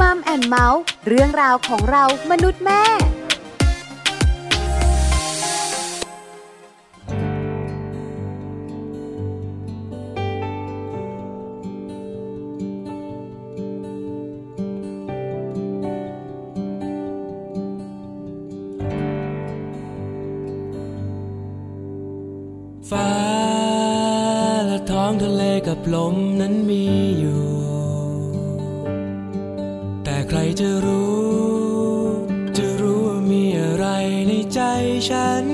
มัมแอนเมาส์เรื่องราวของเรามนุษย์แม่ ฟ้าและท้องทะเลกับลมนั้นมีอยู่ แต่ใครจะรู้ จะรู้ว่ามีอะไรในใจฉัน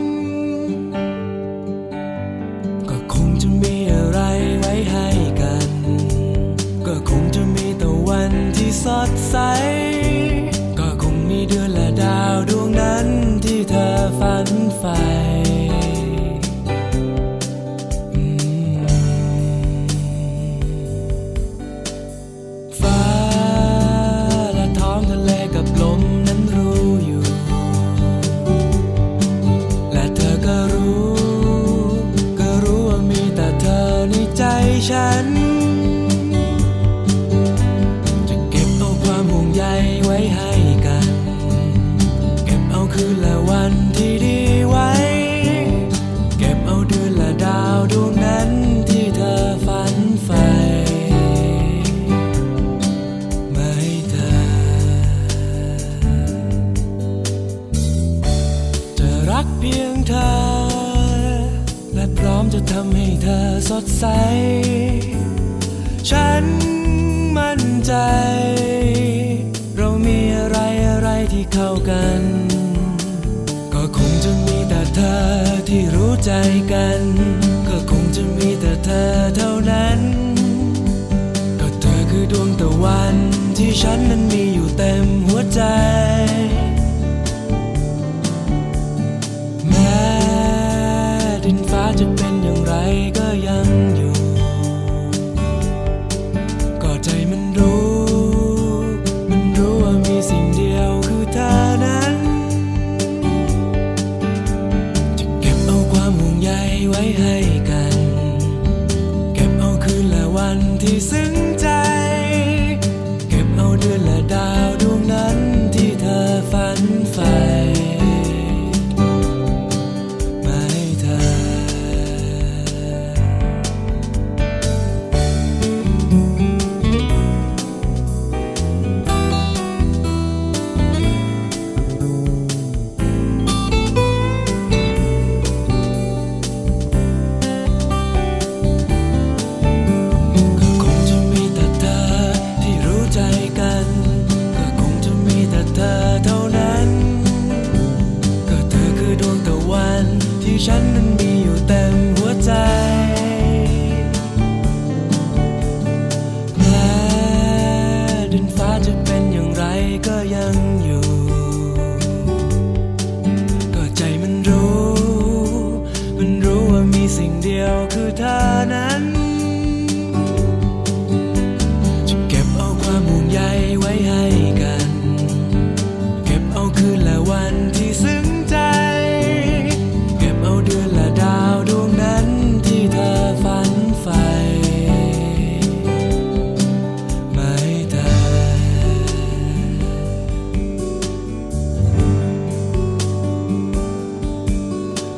ก็คงจะมีอะไรไว้ให้กัน ก็คงจะมีตะวันที่สดใส ก็คงมีเดือนและดาวดวงนั้นที่เธอฝันใฝ่ ฟ้าและท้องทะเลกับลมนั้นรู้อยู่ และเธอก็รู้ ก็รู้ว่ามีแต่เธอในใจฉัน จะเก็บเอาความห่วงใยไว้ให้กัน เก็บเอาคืนและวันที่ดีไว้ เก็บเอาเดือนและดาวดวงนั้นที่เธอฝันใฝ่มาให้เธอ จะรักเพียงเธอ และพร้อมจะทำให้เธอสดใส ฉันมั่นใจ เรามีอะไรอะไรที่เข้ากัน ก็คงจะมีแต่เธอที่รู้ใจกัน ก็คงจะมีแต่เธอเท่านั้น ก็เธอคือดวงตะวันที่ฉันนั้นมีอยู่เต็มหัวใจ แม้ดินฟ้าจะเป็นอย่างไรก็ยังอยู่ ก็ใจมันรู้ มันรู้ว่ามีสิ่งเดียวคือเธอนั้น จะเก็บเอาความห่วงใยไว้ให้กัน เก็บเอาคืนและวันที่ซึ้งใจ เก็บเอาเดือนและดาวดวงนั้นที่เธอฝันใฝ่มาให้เธอ ก็คงจะมีแต่เธอที่รู้ใจกัน ก็คงจะมีแต่เธอเท่านั้น ก็เธอคือดวงตะวันที่ฉันนั้นมีอยู่เต็มหัวใจ แม้ดินฟ้าจะเป็นอย่างไรก็ยังอยู่ ก็ใจมันรู้ มันรู้ว่ามีสิ่งเดียวคือเธอนั้น จะเก็บเอาความห่วงใยไว้ให้กัน เก็บเอาคืนและวันที่ซึ้งใจ เก็บเอาเดือนและดาวดวงนั้นที่เธอฝันใฝ่มาให้เธอ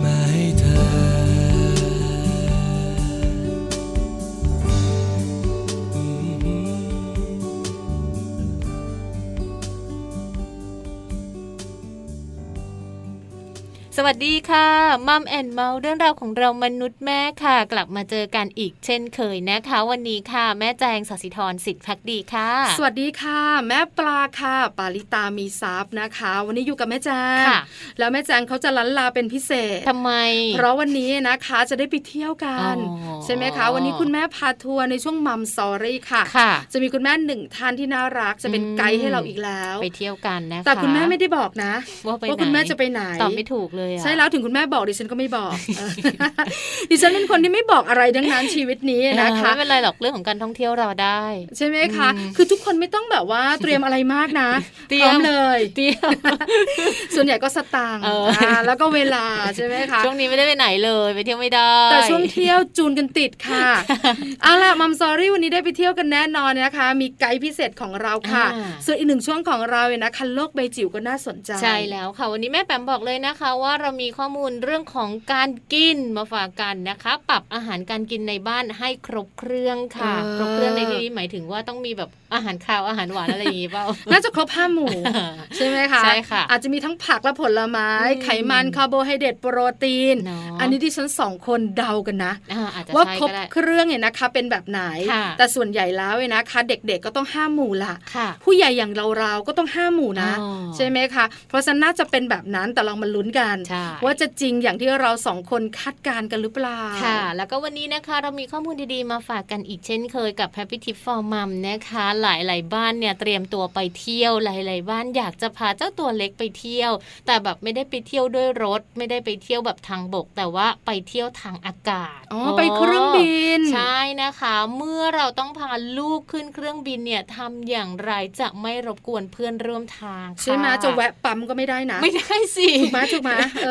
มาให้เธอ สวัสดีค่ะมัมแอนเมาส์เรื่องราวของเรามนุษย์แม่ค่ะ กลับมาเจอกันอีกเช่นเคยนะคะ วันนี้ค่ะ แม่แจงสศิธรสิทธิพักดีค่ะ สวัสดีค่ะ แม่ปลาค่ะ ปาลิตามีซับนะคะ วันนี้อยู่กับแม่แจง ค่ะ แล้วแม่แจงเขาจะลันลาเป็นพิเศษ ทำไม เพราะวันนี้นะคะจะได้ไปเที่ยวกัน อ๋อ ใช่ไหมคะ วันนี้คุณแม่พาทัวร์ในช่วงมัมซอรี่ค่ะ ค่ะ จะมีคุณแม่หนึ่งท่านที่น่ารักจะเป็น อืม ไกด์ให้เราอีกแล้ว ไปเที่ยวกันนะคะ แต่คุณแม่ไม่ได้บอกนะ ว่าไป คุณแม่จะไปไหน ตอบไม่ถูกเล เลยอะ ใช่แล้วถึงคุณแม่บอกดิฉันก็ไม่บอก ดิฉันเป็นคนที่ไม่บอกอะไรดังนั้นชีวิตนี้นะคะ เออไม่เป็นไรหรอกเรื่องของการท่องเที่ยวเราได้ ใช่ไหมคะ อืม คือทุกคนไม่ต้องแบบว่าเตรียมอะไรมากนะ เตรี พ ยม ร้อมเลย เที่ยว ส่วนใหญ่ก็สตางค์ เอออ่ าแล้วก็เวลาใช่ไหมคะ ช่วงนี้ไม่ได้ไปไหนเลยไปเที่ยวไม่ได้ แต่ช่วงเที่ยวจูนกันติดค่ะ เอาล่ะมัมซอรี่วันนี้ได้ไปเที่ยวกันแน่นอนนะคะ มีไกด์พิเศษของเราค่ะ อ่า ส่วนอีกหนึ่งช่วงของเราเนี่ยนะคันโลกใบจิ๋วก็น่าสนใจ ใช่แล้วค่ะ วันนี้แม่แปมบอกเลยนะคะ ว่าเรามีข้อมูลเรื่องของการกินมาฝากกันนะคะ ปรับอาหารการกินในบ้านให้ครบเครื่องค่ะ เออ ครบเครื่องในที่นี้หมายถึงว่าต้องมีแบบอาหารคาวอาหารหวานอะไรอย่างงี้เปล่า น่าจะครบห้า หมู่ ใช่ไหมคะ ใช่ค่ะ อาจจะมีทั้งผักและผลไม้ อืม ไขมันคาร์โบไฮเดรตโปรตีน เนอะ อันนี้ที่ฉันสองคนเดากันนะ อ่าอาจจะ ว่า ใช่ ครก็บได้ เครื่องเนี่ยนะคะเป็นแบบไหน ค่ะ แต่ส่วนใหญ่แล้วเนี่ยนะคะ เด็กๆก็ต้องห้าหมู่ละ ค่ะ ผู้ใหญ่อย่างเราเราๆก็ต้องห้าหมู่นะ อ๋อ ใช่ไหมคะ เพราะฉะนั้นน่าจะเป็นแบบนั้นแต่เรามาลุ้นกัน ใช่ ว่าจะจริงอย่างที่เราสองคนคาดการณ์กันหรือเปล่า ค่ะ แล้วก็วันนี้นะคะเรามีข้อมูลดีๆ มาฝากกันอีกเช่นเคยกับ Happy Tip for Mom นะคะ หลายๆ บ้านเนี่ยเตรียมตัวไปเที่ยวหลาย ๆ บ้านอยากจะพาเจ้าตัวเล็กไปเที่ยว แต่แบบไม่ได้ไปเที่ยวด้วยรถ ไม่ได้ไปเที่ยวแบบทางบก แต่ว่าไปเที่ยวทางอากาศ อ๋อไปเครื่องบิน ใช่นะคะ เมื่อเราต้องพาลูกขึ้นเครื่องบินเนี่ยทำอย่างไรจะไม่รบกวนเพื่อนร่วมทางค่ ใช่ไหมจะแวะปั๊มก็ไม่ได้นะ ไม่ได้สิ ถูกไหมถูกไหมเอ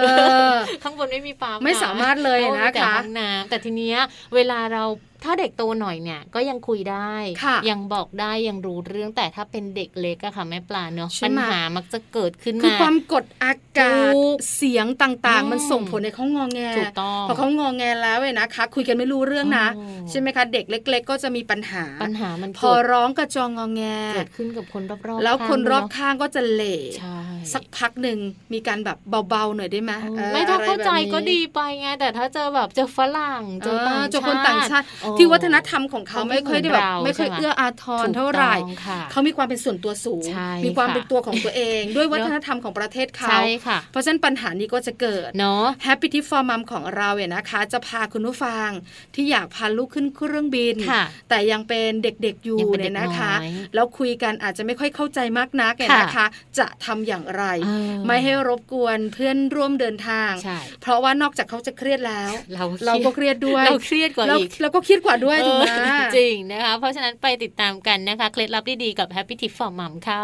อ ข้างบนไม่มีปั๊ม ไม่ นะ สามารถเลยนะ แต่ คะ ห้องน้ำแต่ทีเนี้ยเวลาเราถ้าเด็กโตหน่อยเนี่ยก็ยังคุยได้ ค่ะ ยังบอกได้ยังรู้เรื่องแต่ถ้าเป็นเด็กเล็กอะค่ะแม่ปลาเนาะ ใช่ ปัญ ไหม หามักจะเกิดขึ้น คือ มา ความกดอากาศ ถูก เสียงต่าง อืม ๆ มันส่งผลในเขางอแง ถูกต้อง พอเขางอแงแล้วเนี่ยนะคะ คุยกันไม่รู้เรื่องนะ อ๋อ ใช่ไหมคะ เด็กเล็ก ๆ ก็จะมีปัญหา ปัญหามัน พอ เกิด ร้องกระจองงอแง เกิดขึ้นกับคนรอบๆ แล้วคนรอบ ข้าง ข้างก็จะเหละ เนอะใช่ สักพักหนึ่งมีการแบบเบาๆหน่อยได้ไหม เออ เออ ไม่ถ้าเข้าใจก็ อะไรแบบ ดี นี้ ไปไงแต่ถ้าเจอแบบเจอฝรั่งเจอต่างชาติ เจอคนต่างชาติที่วัฒนธรรมของเขา เขาไม่ ไม่ค่อยได้แบบ เหมือนเรา ไม่ค่อย ใช่ไหม เอื้ออาท ถู ร ก เท่าไหร่ ต้องค่ะ เขามีความเป็นส่วนตัวสูง ใช่ มีความ ค่ะ เป็นตัวของตัวเอง ด้วยวัฒนธรรมของประเทศเขา ใช่ค่ะ เพราะฉะนั้นปัญหานี้ก็จะเกิด เนาะ แฮปปี้ทิฟฟอร์มัมของเราเนี่ยนะคะ จะพาคุณผู้ฟังที่อยากพาลูกขึ้นเครื่องบิน ค่ะ แต่ยังเป็นเด็กๆอยู่ ยังเป็น เนี่ เด็กยนะคะ น้อย แล้วคุยกันอาจจะไม่ค่อยเข้าใจมากนักเนี่ยนะคะ จะทำอย่างไร เออ ไม่ให้รบกวนเพื่อนร่วมเดินทาง ใช่ เพราะว่านอกจากเขาจะเครียดแล้ว เรา เราก็เครียดด้วย เราเครียดกว่า เรา อีก เราก็เครียดกว่าด้วยถูกไหม เออจริงนะคะ เพราะฉะนั้นไปติดตามกันนะคะ เคล็ดลับดีๆกับ Happy Tip for Mom ค่ะ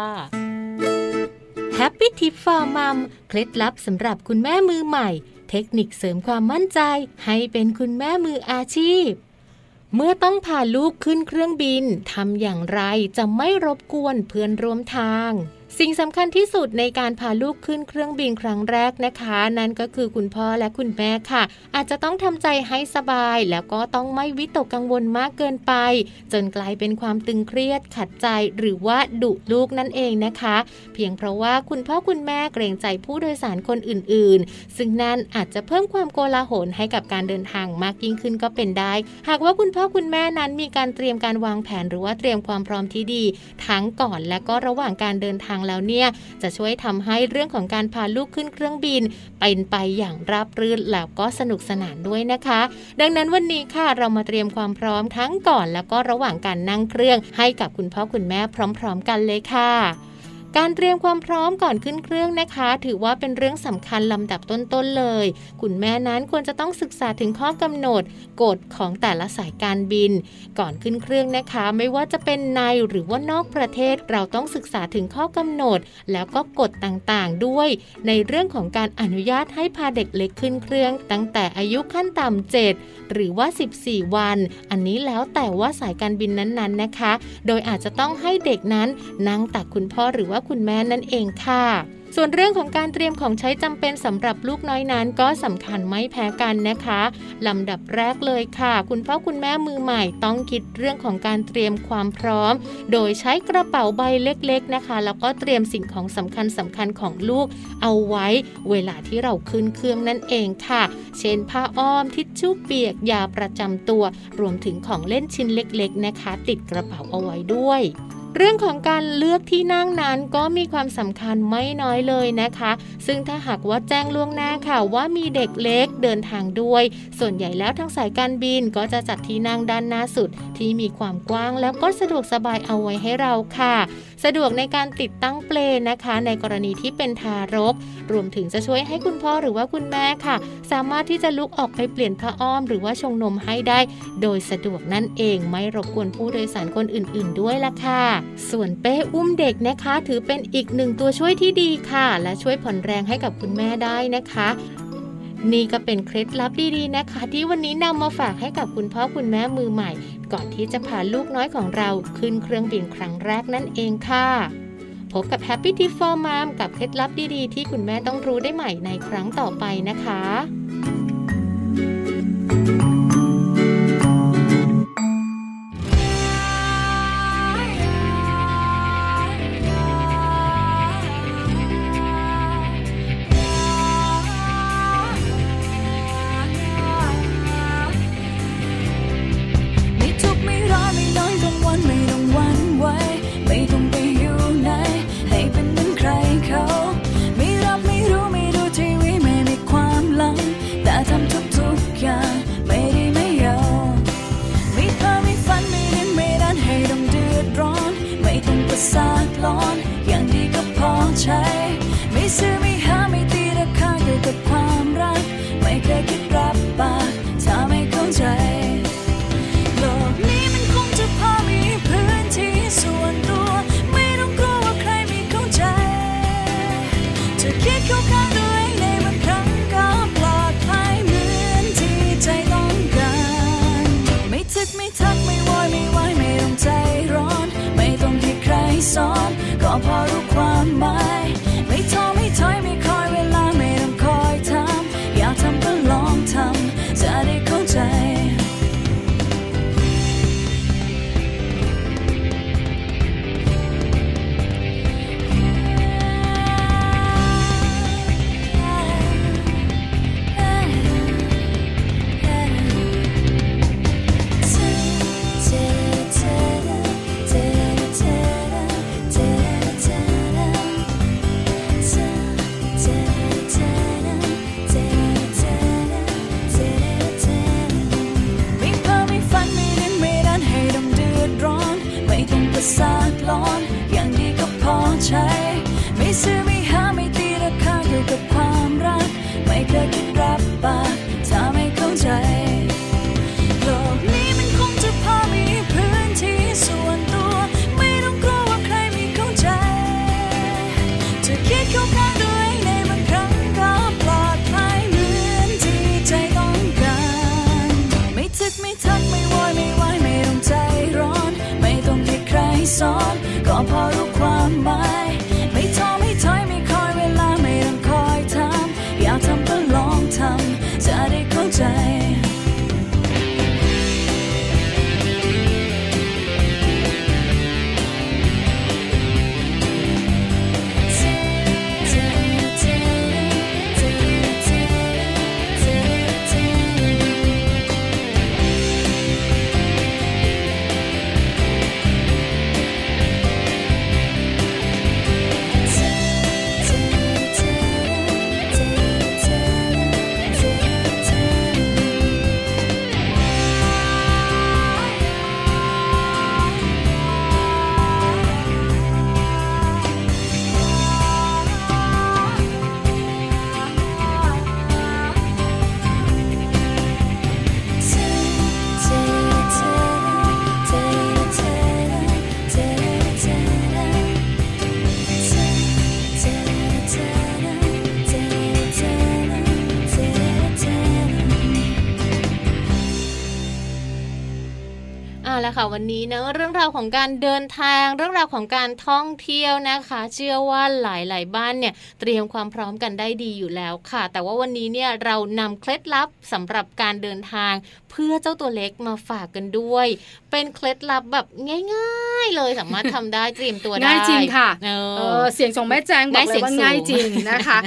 Happy Tip for Mom เคล็ดลับสำหรับคุณแม่มือใหม่ เทคนิคเสริมความมั่นใจ ให้เป็นคุณแม่มืออาชีพ เมื่อต้องพาลูกขึ้นเครื่องบินทำอย่างไรจะไม่รบกวนเพื่อนร่วมทาง สิ่งสำคัญที่สุดในการพาลูกขึ้นเครื่องบินครั้งแรกนะคะ นั่นก็คือคุณพ่อและคุณแม่ค่ะ อาจจะต้องทำใจให้สบาย แล้วก็ต้องไม่วิตกกังวลมากเกินไป จนกลายเป็นความตึงเครียดขัดใจหรือว่าดุลูกนั่นเองนะคะ เพียงเพราะว่าคุณพ่อคุณแม่เกรงใจผู้โดยสารคนอื่น ๆ ซึ่งนั่นอาจจะเพิ่มความโกลาหลให้กับการเดินทางมากยิ่งขึ้นก็เป็นได้ หากว่าคุณพ่อคุณแม่นั้นมีการเตรียมการวางแผนหรือว่าเตรียมความพร้อมที่ดี ทั้งก่อนและก็ระหว่างการเดินทางแล้วเนี่ย จะช่วยทำให้เรื่องของการพาลูกขึ้นเครื่องบิน เป็นไปอย่างราบรื่นแล้วก็สนุกสนานด้วยนะคะ ดังนั้นวันนี้ค่ะเรามาเตรียมความพร้อมทั้งก่อนแล้วก็ระหว่างการนั่งเครื่อง ให้กับคุณพ่อคุณแม่พร้อม ๆ กันเลยค่ะ การเตรียมความพร้อมก่อนขึ้นเครื่องนะคะ ถือว่าเป็นเรื่องสำคัญลำดับต้นๆเลย คุณแม่นั้นควรจะต้องศึกษาถึงข้อกำหนด กฎของแต่ละสายการบิน ก่อนขึ้นเครื่องนะคะ ไม่ว่าจะเป็นในหรือว่านอกประเทศเราต้องศึกษาถึงข้อกำหนด แล้วก็กฎต่างๆด้วย ในเรื่องของการอนุญาตให้พาเด็กเล็กขึ้นเครื่อง ตั้งแต่อายุขั้นต่ำ7หรือว่า 14 วัน อันนี้แล้วแต่ว่าสายการบินนั้นๆนะคะ โดยอาจจะต้องให้เด็กนั้นนั่งตักคุณพ่อหรือว่าคุณแม่นั่นเองค่ะ ส่วนเรื่องของการเตรียมของใช้จำเป็นสำหรับลูกน้อยนั้น ก็สำคัญไม่แพ้กันนะคะ ลำดับแรกเลยค่ะ คุณพ่อคุณแม่มือใหม่ต้องคิดเรื่องของการเตรียมความพร้อม โดยใช้กระเป๋าใบเล็ก ๆนะคะ แล้วก็เตรียมสิ่งของสำคัญสำคัญของลูก เอาไว้เวลาที่เราขึ้นเครื่องนั่นเองค่ะ เช่นผ้าอ้อมทิชชู่เปียกยาประจำตัว รวมถึงของเล่นชิ้นเล็ก ๆ นะคะ ติดกระเป๋าเอาไว้ด้วย เรื่องของการเลือกที่นั่งนั้นก็มีความสำคัญไม่น้อยเลยนะคะ ซึ่งถ้าหากว่าแจ้งล่วงหน้าค่ะว่ามีเด็กเล็กเดินทางด้วย ส่วนใหญ่แล้วทางสายการบินก็จะจัดที่นั่งด้านหน้าสุด ที่มีความกว้างแล้วก็สะดวกสบายเอาไว้ให้เราค่ะ สะดวกในการติดตั้งเปลนะคะ ในกรณีที่เป็นทารก รวมถึงจะช่วยให้คุณพ่อหรือว่าคุณแม่ค่ะ สามารถที่จะลุกออกไปเปลี่ยนผ้าอ้อม หรือว่าชงนมให้ได้ โดยสะดวกนั่นเองไม่รบกวนผู้โดยสารคนอื่น ๆ ด้วยล่ะค่ะ ส่วนเป้อุ้มเด็กนะคะ ถือเป็นอีกหนึ่งตัวช่วยที่ดีค่ะ และช่วยผ่อนแรงให้กับคุณแม่ได้นะคะ นี่ก็เป็นเคล็ดลับดีๆนะคะ ที่วันนี้นำมาฝากให้กับคุณพ่อคุณแม่มือใหม่ ก่อนที่จะพาลูกน้อยของเราขึ้นเครื่องบินครั้งแรกนั่นเองค่ะ พบกับ Happy t i p for Mom กับเคล็ดลับดีๆ ที่คุณแม่ต้องรู้ได้ใหม่ในครั้งต่อไปนะคะ ไม่ทุกข์ไม่ร้อนไม่น้อยกังวลไม่ต้องหวันไหวไม่ต้องไปอยู่ไหนให้เป็นเหมือนใครเขา ไม่รับไม่รู้ไม่ดูทีวีไม่มีความหลัง แต่ทำทุกๆอย่างไม่ได้ไม่ยอมไม่เพ้อไม่ฝันไม่เล่นไม่ดันให้ต้องเดือดร้อน ไม่ต้องประสาทร้อน อย่างดีก็พอใช้ ไม่ซื้อไม่หาไม่ตีราคาเกี่ยวกับความรัก ไม่เคยคิดรับปากถ้าไม่เข้าใจ โลกนี้มันคงจะพอมีพื้นที่ส่วนตัว ไม่ต้องกลัวว่าใครไม่เข้าใจ จะคิดเข้าข้างตัวเองในบางครั้งก็ปลอดภัยเหมือนที่ใจต้องการ ไม่ทึกไม่ทักไม่โวอยไม่ไหวายไม่ต้องใจร้อน ไม่ต้องให้ใครสอนก็พอรู้ความหมาย ไม่ท้อไม่ถอยไม่คอยเวลาไม่ต้องคอยถามอยากทำก็ลองทำจะได้เข้าใจ ไม่เพ้อไม่ฝันไม่ดิ้นไม่ดันให้ต้องเดือดร้อน ไม่ต้องประสาทร้อน อย่างดีก็พอใช้ ไม่ซื้อไม่หาไม่ตีราคาเกี่ยวกับความรัก ไม่เคยคิดรับปากถ้าไม่เข้าใจ โลกนี้มันคงจะพอมีพื้นที่ส่วนตัว ไม่ต้องกลัวว่าใครไม่เข้าใจ จะคิดเข้าข้างตัวเองในบางครั้งก็ปลอดภัยเหมือนที่ใจต้องการ ไม่ทึกไม่ทักไม่โวอยไม่ไหวายไม่ต้องใจร้อน ไม่ต้องให้ใครสอน ก็พอรู้ความหมาย ไม่ท้อไม่ถอยไม่คอยเวลาไม่ต้องคอยถามอยากทำก็ลองทำจะได้เข้าใจ เอาละค่ะวันนี้เนอะเรื่องราวของการเดินทาง เรื่องราวของการท่องเที่ยวนะคะ เชื่อว่าหลายๆ บ้านเนี่ยเตรียมความพร้อมกันได้ดีอยู่แล้วค่ะ แต่ว่าวันนี้เนี่ยเรานำเคล็ดลับสำหรับการเดินทาง เพื่อเจ้าตัวเล็กมาฝากกันด้วย เป็นเคล็ดลับแบบง่ายๆ เลยสามารถทำได้เตรียมตัวได้ ง่ายจริงค่ะ เอ เอ อ อเสียงของแม่แจงบอก ได้ เล เสี ย ยง ว่าง่ายจริง สูง นะคะ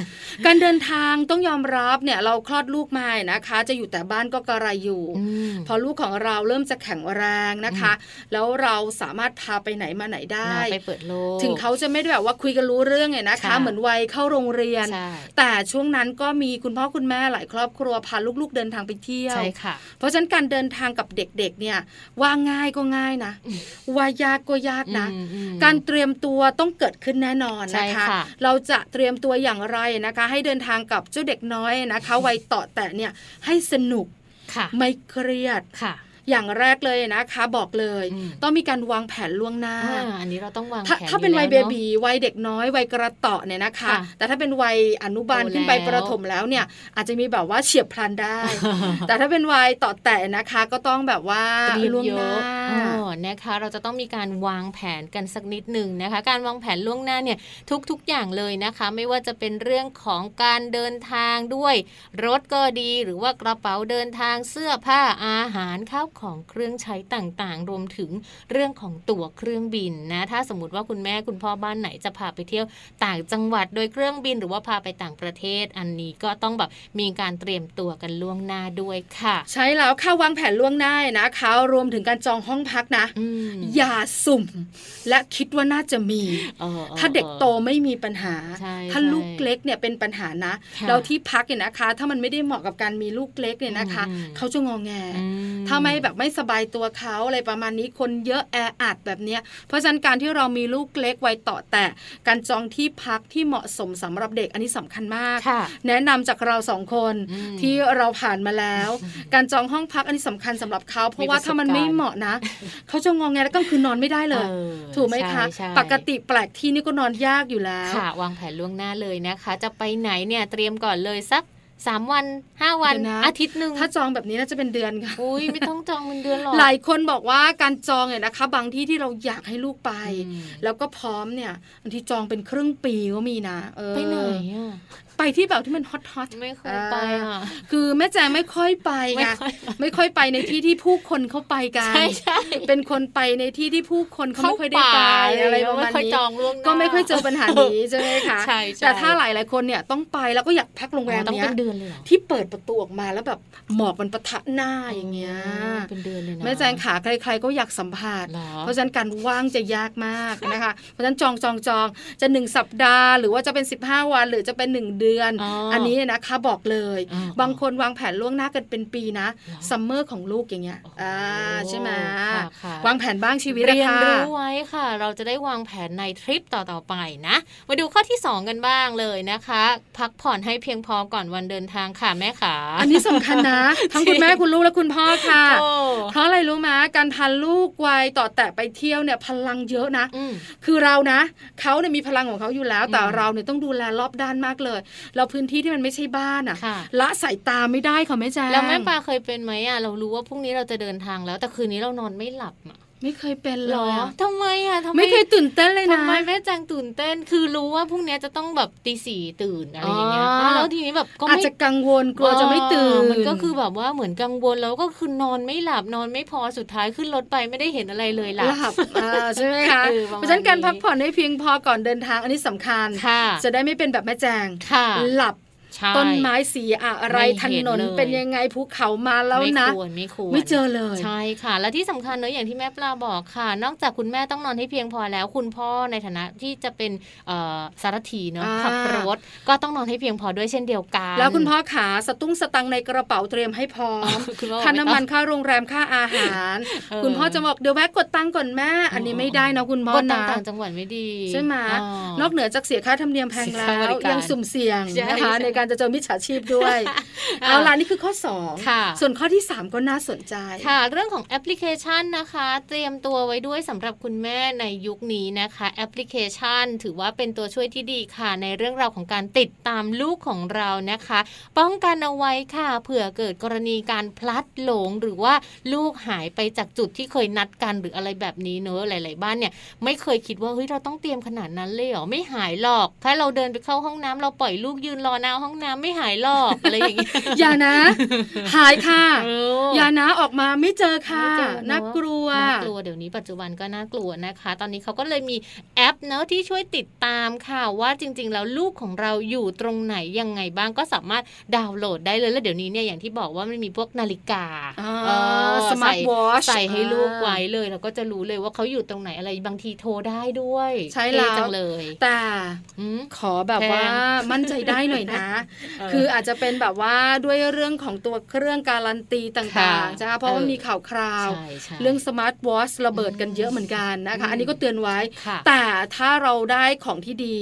การเดินทางต้องยอมรับเนี่ยเราคลอดลูกมานะคะ จะอยู่แต่บ้านก็กระไรอยู่ อืม พอลูกของเราเริ่มจะแข็งแรงนะคะ แล้วเราสามารถพาไปไหนมาไหนได้ เราไปเปิดโลก ถึงเขาจะไม่ได้แบบว่าคุยกันรู้เรื่องเนี่ยนะคะ ค่ะ เหมือนวัยเข้าโรงเรียน ใช่ แต่ช่วงนั้นก็มีคุณพ่อคุณแม่หลายครอบครัวพาลูกๆเดินทางไปเที่ยว ใช่ค่ะ เพราะ ะฉะนั้นการเดินทางกับเด็กๆเนี่ยว่าง่ายก็ง่ายนะ ว่ายากก็ยากนะ อืมอืม การเตรียมตัวต้องเกิดขึ้นแน่นอน ใช่ นะคะ ค่ะ เราจะเตรียมตัวอย่างไรนะคะ ให้เดินทางกับเจ้าเด็กน้อยนะคะวัยเต่อแต่เนี่ยให้สนุก ค่ะ ไม่เครียด ค่ะ อย่างแรกเลยนะคะ บอกเลย อืม ต้องมีการวางแผนล่วงหน้า อ่าอันนี้เราต้องวาง ถ้า แผน ถ้าเป็นวัย อ เบ แล้วอะ บีวัยเด็กน้อยวัยกระเต่อเนี่ยนะคะ ค่ะ แต่ถ้าเป็นวัยอนุบาล โต ขึ้นไป แล้ว ประถมแล้วเนี่ยอาจจะมีแบบว่าเฉียบพลันได้ แต่ถ้าเป็นวัยเต่อแต่นะคะก็ต้องแบบว่า เตรียม ล่วง เย หน้า อะอ๋อนะคะ เราจะต้องมีการวางแผนกันสักนิดหนึ่งนะคะ การวางแผนล่วงหน้าเนี่ยทุกๆอย่างเลยนะคะ ไม่ว่าจะเป็นเรื่องของการเดินทางด้วย รถก็ดีหรือว่ากระเป๋าเดินทางเสื้อผ้าอาหารข้าวของเครื่องใช้ต่างๆ รวมถึงเรื่องของตั๋วเครื่องบินนะ ถ้าสมมติว่าคุณแม่คุณพ่อบ้านไหนจะพาไปเที่ยวต่างจังหวัดโดยเครื่องบินหรือว่าพาไปต่างประเทศ อันนี้ก็ต้องแบบมีการเตรียมตัวกันล่วงหน้าด้วยค่ะ ใช่แล้วค่ะวางแผนล่วงหน้านะคะรวมถึงการจองห้องพักนะ อืม อย่าสุ่ม และคิดว่าน่าจะมี ออออ ถ้าเด็กโตไม่มีปัญหา ใช่ ถ้าลูกเล็กเนี่ยเป็นปัญหานะ ค่ะ แล้วที่พักเนี่ยนะคะ ถ้ามันไม่ได้เหมาะกับการมีลูกเล็กเนี่ยนะคะ อืม เขาจะงองแง อืม ถ้าไม่แบบไม่สบายตัวเขาอะไรประมาณนี้คนเยอะแออัดแบบเนี้ยเพราะฉะนั้นการที่เรามีลูกเล็กวัยต่อแต่การจองที่พักที่เหมาะสมสำหรับเด็กอันนี้สำคัญมาก ค่ะ แนะนำจากเราสองคน อืม ที่เราผ่านมาแล้ว การจองห้องพักอันนี้สำคัญสำหรับเขาเพ มี ราะ ประ ว่าถ้ามัน สบการณ์ ไม่เหมาะนะ เขาจะงองแงแล้วก็คืนนอนไม่ได้เลย เออ ถูกไหมคะ ใช่ใช่ ปกติแปลกที่นี่ก็นอนยากอยู่แล้ว ค่ะ วางแผนล่วงหน้าเลยนะคะ จะไปไหนเนี่ยเตรียมก่อนเลยสักสามวันห้าวัน เดี๋ยวนะ อาทิตย์หนึ่ง ถ้าจองแบบนี้น่าจะเป็นเดือนค่ะ อุ้ยไม่ต้องจองเป็นเดือนหรอก หลายคนบอกว่าการจองเนี่ยนะคะ บางที่ที่เราอยากให้ลูกไป อืม แล้วก็พร้อมเนี่ยบางทีจองเป็นครึ่งปีก็มีนะเออ ไปไหนอ่ะ ไปที่แบบที่มันฮอตฮอต ไม่เคยไปอ่ะ คือแม่แจงไม่ค่อยไป ไม่ ไง ค่อย ไม่ค่อยไปในที่ที่ผู้คนเขาไปกัน ใช่ใช่ เป็นคนไปในที่ที่ผู้คนเขาไม่ค่อยได้ไปอะไรประมาณ ไม่ค่อย นี้ จองล่วงหน้า ก็ไม่ค่อยเจอปัญหานี้ใช่ไหมคะ ใช่ใช่ แต่ถ้าหลายหลายๆคนเนี่ยต้องไปแล้วก็อยากพักโรงแรม ต้อง เนี้ เป็ ย นเดือนเลยเหรอ ที่เปิดประตูออกมาแล้วแบบหมอกมันปะทะหน้าอย่างเงี้ย เป็นเดือนเลยนะ แม่แจงขาใครๆก็อยากสัมผัส หรอ เพราะฉะนั้นการว่างจะยากมากนะคะ เพราะฉะนั้นจองจองจองจะหนึ่งสัปดาห์ หรือว่าจะเป็น 15 วัน หรือจะเป็น 1 เดือน อ๋ออั นนี้เนี่ยนะคะบอกเลย อ๋อบ างคนวางแผนล่วงหน้ากันเป็นปีนะ หรอ ซัมเมอร์ของลูกอย่างเงี้ย โอ้โห อ่าใช่ไหม ค่ะค่ะ วางแผนบ้างชีวิต เรียน นะคะ รู้ไว้ค่ะ เราจะได้วางแผนในทริปต่อๆไปนะ มาดูข้อที่ 2 กันบ้างเลยนะคะ พักผ่อนให้เพียงพอก่อนวันเดินทางค่ะแม่ขา อันนี้สำคัญ นะ ทั้งคุณแม่คุณลูกและคุณพ่อค่ะ โอ้ เพราะอะไรรู้ไหมการพาลูกวัยต่อแต่ไปเที่ยวเนี่ยพลังเยอะนะ อืม คือเรานะเขาเนี่ยมีพลังของเขาอยู่แล้ว แต่ อืม เราเนี่ยต้องดูแลรอบด้านมากเลย เราพื้นที่ที่มันไม่ใช่บ้านอะ ค่ะ ละสายตาไม่ได้ค่ะแม่แจ้ง แล้วแม่ปลาเคยเป็นไหมอ่ะเรารู้ว่าพรุ่งนี้เราจะเดินทางแล้ว แต่คืนนี้เรานอนไม่หลับอ่ะ ไม่เคยเป็น ห เล รอย อะ ทำไมอ่ะทำไม ไม่เคยตื่นเต้นเลยนะ ทำไมแม่แจงตื่นเต้น คือรู้ว่าพรุ่งนี้จะต้องแบบตีสี่ตื่นอะไรอย่างเงี้ย อ๋ออ่ ะแล้วทีนี้แบบก็ อาจ ไม่ จะกังวลกลัวจะไม่ตื่น เออมันก็คือแบบว่าเหมือนกังวลแล้วก็คือนอนไม่หลับนอนไม่พอสุดท้ายขึ้นรถไปไม่ได้เห็นอะไรเลยห ห ลับ ลับอ่าใช่ไหมคะ เออประมาณนี้ เพราะฉะนั้นการพักผ่อนให้เพียงพอก่อนเดินทางอันนี้สำคัญ ค่ะ จะได้ไม่เป็นแบบแม่แจง ค่ะ หลับ ใช่ ต้นไม้สีอะไร ไม่ ถ เห็น นน เลย เป็นยังไงภูเขามาแล้วนะ ไม่ควรไม่ควร ไม่เจอเลย ใช่ค่ะ และที่สำคัญเนอะอย่างที่แม่ปลาบอกค่ะ นอกจากคุณแม่ต้องนอนให้เพียงพอแล้ว คุณพ่อในฐานะที่จะเป็นเอ่อสารถีเนอะขับรถก็ต้องนอนให้เพียงพอด้วยเช่นเดียวกัน แล้วคุณพ่อขาสตุ้งสตังค์ในกระเป๋าเตรียมให้พร้อ ม คุณพ่อ ค่า ไม่ต้อง น้ำมันค่าโรงแรมค่าอาหาร เออ คุณพ่อจะบอกเดี๋ยวแวะกดตังค์ก่อนแม่ อันนี้ไม่ได้นะคุณพ่อ ก็ต่า นะ งต่างจังหวัดไม่ดี ใช่ไหม อ๋ นอกเหนือจากเสียค่าธรรมเนียมแพง เสีย แล้ ค่าวบริการ ยังสุ่มเสี่ยง ใช่ นะคะ ใช่ ในการจะเจอมิจฉาชีพด้วย เอาล่ะนี่คือข้อ ค่ะ 2 ส่วนข้อที่ 3 ก็น่าสนใจ ค่ะ เรื่องของแอปพลิเคชันนะคะ เตรียมตัวไว้ด้วยสำหรับคุณแม่ในยุคนี้นะคะ แอปพลิเคชัน ถือว่าเป็นตัวช่วยที่ดีค่ะ ในเรื่องราวของการติดตามลูกของเรานะคะ ป้องกันเอาไว้ค่ะ เผื่อเกิดกรณีการพลัดหลง หรือว่าลูกหายไปจากจุดที่เคยนัดกันหรืออะไรแบบนี้เนอะหลาย ๆ บ้านเนี่ย ไม่เคยคิดว่าเฮ้ยเราต้องเตรียมขนาดนั้นเลยเหรอไม่หายหรอกแค่เราเดินไปเข้าห้องน้ำเราปล่อยลูกยืนรอหน้าห้องน้ำไม่หายหรอกอะไรอย่างเงี้ย อย่านะ หายค่ะ เอออ อย่านะออกมาไม่เจอค่ะ ไม่เจอเอะ น่ากลัว น่ากลัวเดี๋ยวนี้ปัจจุบันก็น่ากลัวนะคะ ตอนนี้เขาก็เลยมีแอปเนอะที่ช่วยติดตามค่ะว่าจริง ๆ แล้วลูกของเราอยู่ตรงไหนยังไงบ้างก็สามารถดาวน์โหลดได้เลย แล้วเดี๋ยวนี้เนี่ยอย่างที่บอกว่ามันมีพวกนาฬิกา อ่า เออ smart ใส่ watch ใส่ให้ลูก อ่า ไว้เลย แล้วก็จะรู้เลยว่าเขาอยู่ตรงไหนอะไรบางทีโทรได้ด้วย ใช่แล้ว เท่จังเลย แต่ อืม ขอแบบว่า แพง มั่นใจได้หน่อยนะ เออ คืออาจจะเป็นแบบว่าด้วยเรื่องของตัวเครื่องการันตีต่าง ค่ะ ๆนะคะเพราะว่า เออ มีข่าวคราว ใช่ใช่ เรื่องสมาร์ทวอทช์ระเบิดกันเยอะเหมือนกันนะคะ อืม อันนี้ก็เตือนไว้ ค่ะ แต่ถ้าเราได้ของที่ดี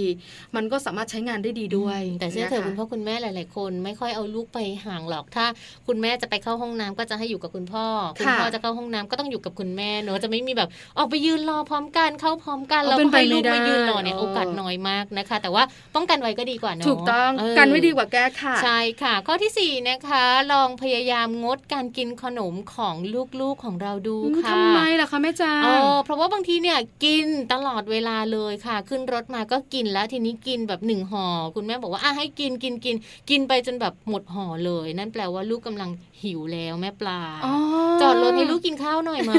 มันก็สามารถใช้งานได้ดีด้วย แต่เชื่อเถอะคุณพ่อคุณแม่หลาย ๆ คนไม่ค่อยเอาลูกไปห่างหรอกถ้า คุณแม่จะไปเข้าห้องน้ำก็จะให้อยู่กับคุณพ่อ คุณพ่อจะเข้าห้องน้ำก็ต้องอยู่กับคุณแม่เนอะจะไม่มีแบบออกไปยืนรอพร้อมกันเข้าพร้อมกันแล้วก็ให้ลูกมายืนรอเนี่ยโอกาสน้อยมากนะคะ แต่ว่าป้องกันไว้ก็ดีกว่าเนอะ ถูกต้อง เ กันไว้ดีกว่าแก้ค่ะ ใช่ค่ะ ข้อทีสี่4 นะคะ ลองพยายามงดการกินขนมของลูกๆของเราดู อืม ค่ะ ทำไมล่ะคะแม่จาง เออเพราะว่าบางทีเนี่ยกินตลอดเวลาเลยค่ะ ขึ้นรถมาก็กินแล้วทีนี้กินแบบหนึ่งห่อคุณแม่บอกว่าอ่ะให้กินกินกินกินไปจนแบบหมดห่อเลย นั่นแปลว่าลูกกำลังหิวแล้วแม่ปลา อ๋อ จอดรถให้ลูกกินข้าวหน่อยไหม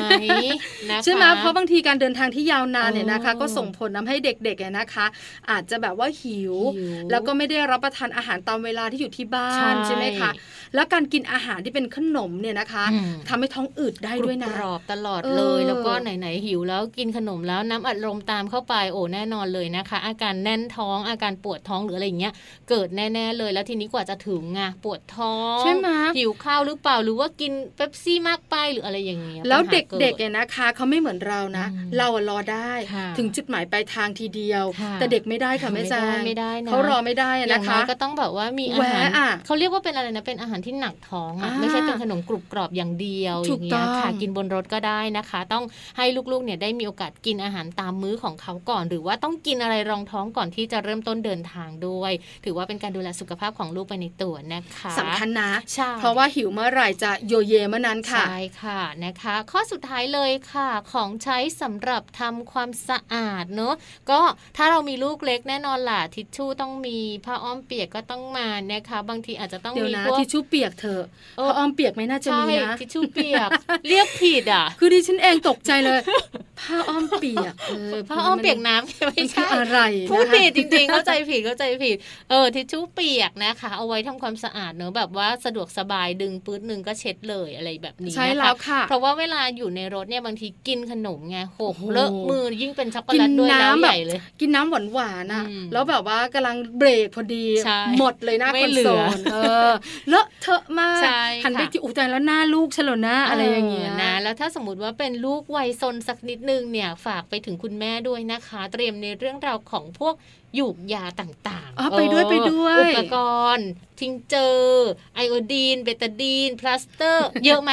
นะคะ ใช่ไหมเพราะบางทีการเดินทางที่ยาวนานเนี่ยนะคะ เออ ก็ส่งผลทำให้เด็กๆเนี่ยนะคะ อาจจะแบบว่าหิว หิ แล้วก็ไม่ได้รับประทานอาหารตามเวลาที่อยู่ที่บ้าน ใช่ ใช่ไหมคะแล้วการกินอาหารที่เป็นขนมเนี่ยนะคะ อืม ทำให้ท้องอืดได้ กรุ ด้วย บ นะ กรอบตลอดเลย เออ แล้วก็ไหนๆหิวแล้วกินขนมแล้วน้ำอัดลมตามเข้าไปโอ้แน่นอนเลยนะคะ อาการแน่นท้องอาการปวดท้องหรืออะไรอย่างเงี้ยเกิดแน่ๆเลยแล้วทีนี้กว่าจะถึงอ่ะปวดท้อง ใช่ไหม หิวข้าวหรือเปล่าหรือว่ากินเป๊ปซี่มากไปหรืออะไรอย่างเงี้ย แล้ว ปัญหา เด็กๆ กิด เนี่ยนะคะเขาไม่เหมือนเรานะ อืม เราอะรอได้ ค่ะ ถึงจุดหมายปลายทางทีเดียว ค่ะ แต่เด็กไม่ได้ค่ะ ไม่ แม่ ได้ จาง ไม่ได้นะ เขารอไม่ได้ อ อะ ย่า นะ งน้ คะ อยก็ต้องแบบว่ามีอาหาร แหวะอะ เขาเรียกว่าเป็นอะไรนะเป็นอาหารที่หนักท้องอ่ะ อ่า ไม่ใช่เป็นขนมกรุบกรอบอย่างเดียว ถู อกย่างเงี้ยค่ะ ต้อง กินบนรถก็ได้นะคะ ต้องให้ลูกๆเนี่ยได้มีโอกาสกินอาหารตามมื้อของเขาก่อน หรือว่าต้องกินอะไรรองท้องก่อนที่จะเริ่มต้นเดินทางด้วย ถือว่าเป็นการดูแลสุขภาพของลูกไปในตัวนะคะ สำคัญนะ ใช่ เพราะว่าหิวเมื่อไหร่จะโยเยเมื่อนั้นค่ะ ใช่ค่ะนะคะ ข้อสุดท้ายเลยค่ะ ของใช้สำหรับทำความสะอาดเนอะก็ถ้าเรามีลูกเล็กแน่นอนล่ะทิชชู่ต้องมีผ้าอ้อมเปียกก็ต้องมานะคะ บางทีอาจจะต้อง เดี๋ยว มี นะ พวก ทิชชู่เปียกเถอะ เอ พ อ ออ้อมเปียกไม่น่าจะ ใช่ มีนะ ทิชชู่เปียก เรียกผิดอ่ะ คือดิฉันเองตกใจเลย ผ้าอ้อมเปียกเออ ผ้าอ้อมเปียกน้ำ มั ไม่ นคือ ใช่ อะไร พูด นะคะ ผิดจริงๆ เข้าใจผิดเข้าใจผิด เออทิชชู่เปียกนะคะ เอาไว้ทำความสะอาดเนอะแบบว่าสะดวกสบายดึงปื๊ดหนึ่งก็เช็ดเลยอะไรแบบนี้ ใช่ นะ แล้วค่ะ เพราะว่าเวลาอยู่ในรถเนี่ยบางทีกินขนมไงหก โอ้โห เลอะมือยิ่งเป็นช็อกโกแลตด้วยแล้วใหญ่เลย กินน้ำหวานหวานๆนะ อืม แล้วแบบว่ากำลังเบรกพอดี ใช่ หมดเลยหน้า ไม่ คอน เหลื โซ อ ลเอ อเลอะเทอะมาก ใช่ หันไป ค่ะ ที่อุยตายแล้วหน้าลูกฉันเหรอหน้าอะไรอย่างเงี้ย นะ แล้วถ้าสมมติว่าเป็นลูกวัยซนสักนิดนึงเนี่ยฝากไปถึงคุณแม่ด้วยนะคะ เตรียมในเรื่องราวของพวกหยูกยาต่างๆ อ๋อไปด้วย เออ ไปด้วย อุปกรณ์ ทิงเจอร์ไอโอดีน เบตาดีน พลาสเตอร์ เยอะไหม